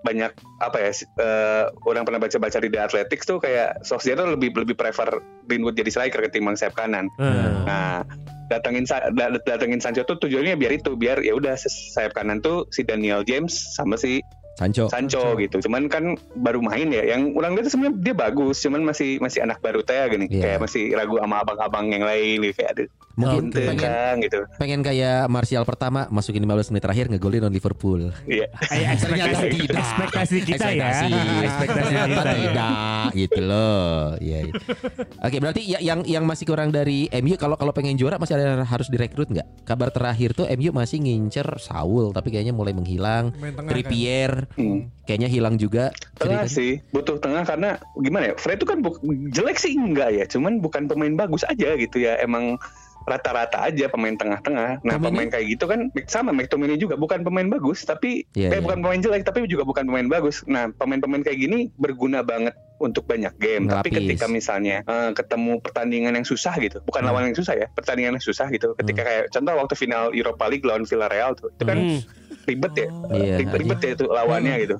banyak apa ya si- eh, orang pernah baca-baca di The Athletics tuh kayak Solskjaer tuh lebih lebih prefer Greenwood jadi striker ketimbang sayap kanan. Hmm. Nah, datangin Sa- da- datangin Sancho tuh tujuannya biar itu biar ya udah sayap kanan tuh si Daniel James sama si Oh, Sancho. Sancho gitu. Cuman kan baru main ya. Yang orang lihat tuh sebenarnya dia bagus, cuman masih masih anak baru teh gini. Iya. Kayak masih ragu sama abang-abang yang lain gitu. kayak aduh. Mungkin pengen, punten, Kang, gitu. pengen kayak Martial pertama masukin 15 menit terakhir ngegolin on Liverpool. Iya. Kayak ekspektasi, ekspektasi kita Ekspektasi. ya. Ekspektasi kita ya. tidak gitu loh. Iya. iya. Oke, berarti ya- yang yang masih kurang dari MU kalau kalau pengen juara masih ada yang harus direkrut nggak? Kabar terakhir tuh MU masih ngincer Saul tapi kayaknya mulai menghilang. Main tengah kan. Trippier Hmm. kayaknya hilang juga. Tengah Jadi kan- sih, butuh tengah karena gimana ya? Fred itu kan bu- jelek sih enggak ya, cuman bukan pemain bagus aja gitu ya. Emang rata-rata aja pemain tengah-tengah. Nah, Tomini? pemain kayak gitu kan sama McTominay juga bukan pemain bagus, tapi Iya, eh iya. bukan pemain jelek tapi juga bukan pemain bagus. Nah, pemain-pemain kayak gini berguna banget untuk banyak game, tapi Melapis. ketika misalnya eh, ketemu pertandingan yang susah gitu, bukan Hmm. lawan yang susah ya, pertandingan yang susah gitu. Ketika kayak contoh waktu final Europa League lawan Villarreal tuh, itu kan Hmm. ribet ya, Iya, Hmm. ribet ya itu lawannya gitu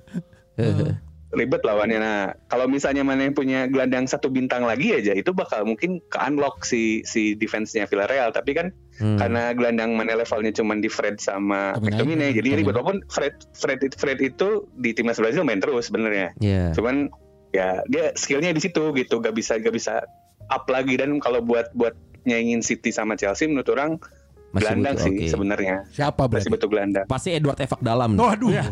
eh, ribet lawannya. Nah, kalau misalnya mana yang punya gelandang satu bintang lagi aja, itu bakal mungkin ke unlock si si defense-nya Villarreal. Tapi kan Hmm. karena gelandang mana levelnya cuma di Fred sama Dominan. McTominay, hmm, jadi ribet. Walaupun Fred Fred Fred itu di timnas Brazil main terus sebenarnya. Iya. Cuman ya dia skillnya di situ gitu, gak bisa gak bisa up lagi dan kalau buat buat nyaingin City sama Chelsea menurut orang Masih gelandang butuh, sih oke. sebenarnya Siapa masih berarti? iya. butuh gelandang. Pasti Edward Evak dalam. Oh, Ya, aduh.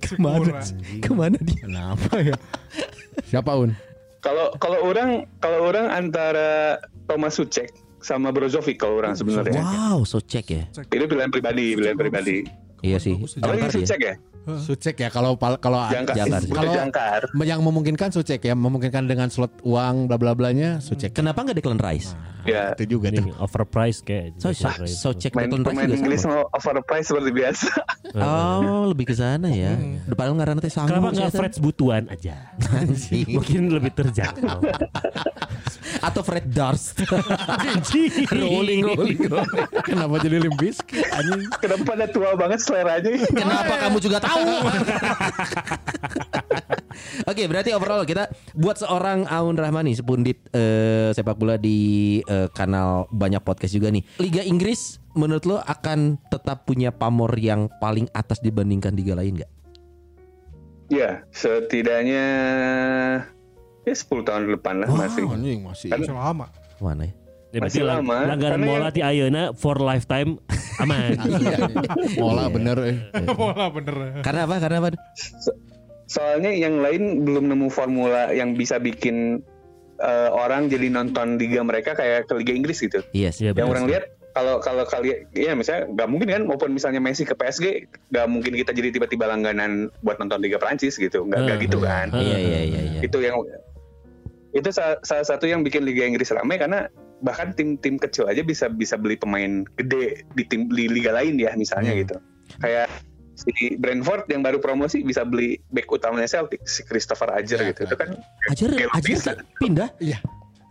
kemana? Kemana dia? Kenapa ya? Siapa Un? Kalau kalau orang kalau orang antara Thomas Sucek sama Brozovic kalau orang sebenarnya. Wow, so cek ya. Ini pilihan pribadi, pilihan pribadi. Iya sih. Apa ini Jangkar ya? Sucek ya? Sucek ya kalau pal- kalau Jangkar. Jangkar. Bukan Kalau- Jangkar. yang memungkinkan Sucek ya, memungkinkan dengan slot uang bla bla blanya Sucek. Kenapa nggak Declan Rice? Nah, Ya. Itu juga tuh. Ini overpriced kayak. Gitu. gitu. So, so, so cek Main Declan Rice juga pemain sama. Inggris mau overpriced seperti biasa. Oh, lebih ke sana ya. Depan ngaran teh sangu. Hmm. Kenapa nggak setan. Fred butuan aja? ya, Anjing. Mungkin lebih terjangkau. Atau Fred Durst. rolling, rolling. Kenapa jadi limbis? Anjing. Kenapa pada tua banget seleranya? ya? Kenapa kamu juga tahu? Oke, berarti overall kita buat seorang Aun Rahmani sepundit eh, sepak bola di eh, kanal banyak podcast juga nih. Liga Inggris menurut lo akan tetap punya pamor yang paling atas dibandingkan liga lain nggak? ya, setidaknya ya 10 tahun ke depan lah masih. Anjing masih. Selama. Mana ya? Ya, berarti Masih lang- lama, Langgaran karena bola yang- di Ayeuna for lifetime aman. Iya. Mola bener eh. Pola bener. Karena apa? Karena apa? Soalnya yang lain belum nemu formula yang bisa bikin eh, orang jadi nonton liga mereka kayak ke liga Inggris gitu. Iya sih. benar yang orang sih. lihat kalau kalau kalian ya misalnya nggak mungkin kan maupun misalnya Messi ke PSG nggak mungkin kita jadi tiba-tiba langganan buat nonton Liga Prancis gitu nggak nggak Eh, gitu kan Iya iya iya. iya. itu yang itu sa- salah satu yang bikin Liga Inggris ramai karena bahkan tim-tim kecil aja bisa bisa beli pemain gede di tim di liga lain ya misalnya gitu. Kayak si Brentford yang baru promosi bisa beli back utamanya Celtic si Christopher Ajer Iya, gitu. Itu kan Ajar, Kayak lu ajar bisa. pindah. Iya.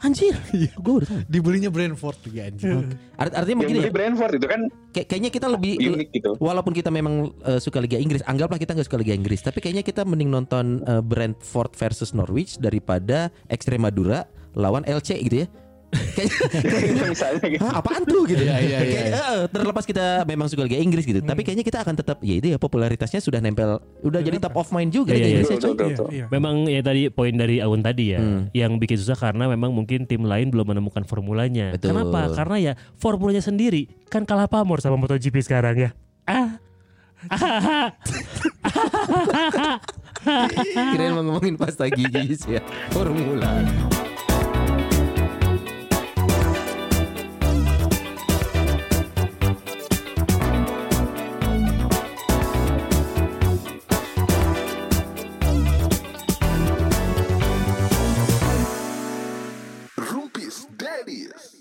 Anjir, gue udah tahu. Dibelinya Brentford ya anjing. Art- artinya yang begini beli ya, Brentford itu kan kayak- kayaknya kita lebih unik gitu. walaupun kita memang eh, suka Liga Inggris, anggaplah kita nggak suka Liga Inggris, tapi kayaknya kita mending nonton eh, Brentford versus Norwich daripada Extremadura lawan LC gitu ya. Kayaknya misalnya gitu. Hah, apaan tuh gitu Iya, Hmm. iya, iya, Kayak, iya. eh, terlepas kita memang suka Liga Inggris gitu tapi kayaknya kita akan tetap ya itu ya popularitasnya sudah nempel udah jadi top of mind juga Iya, Liga iya, Inggris ya, Betul, coy. betul, betul. Iya. Memang ya tadi poin dari Aun tadi ya, Hmm. yang bikin susah karena memang mungkin tim lain belum menemukan formulanya. Betul. Kenapa? Karena ya formulanya sendiri kan kalah pamor sama MotoGP sekarang ya. Ah. Ah. Kirain Ah. mau ngomongin pasta gigi sih ya Formula Rumpis Daddies.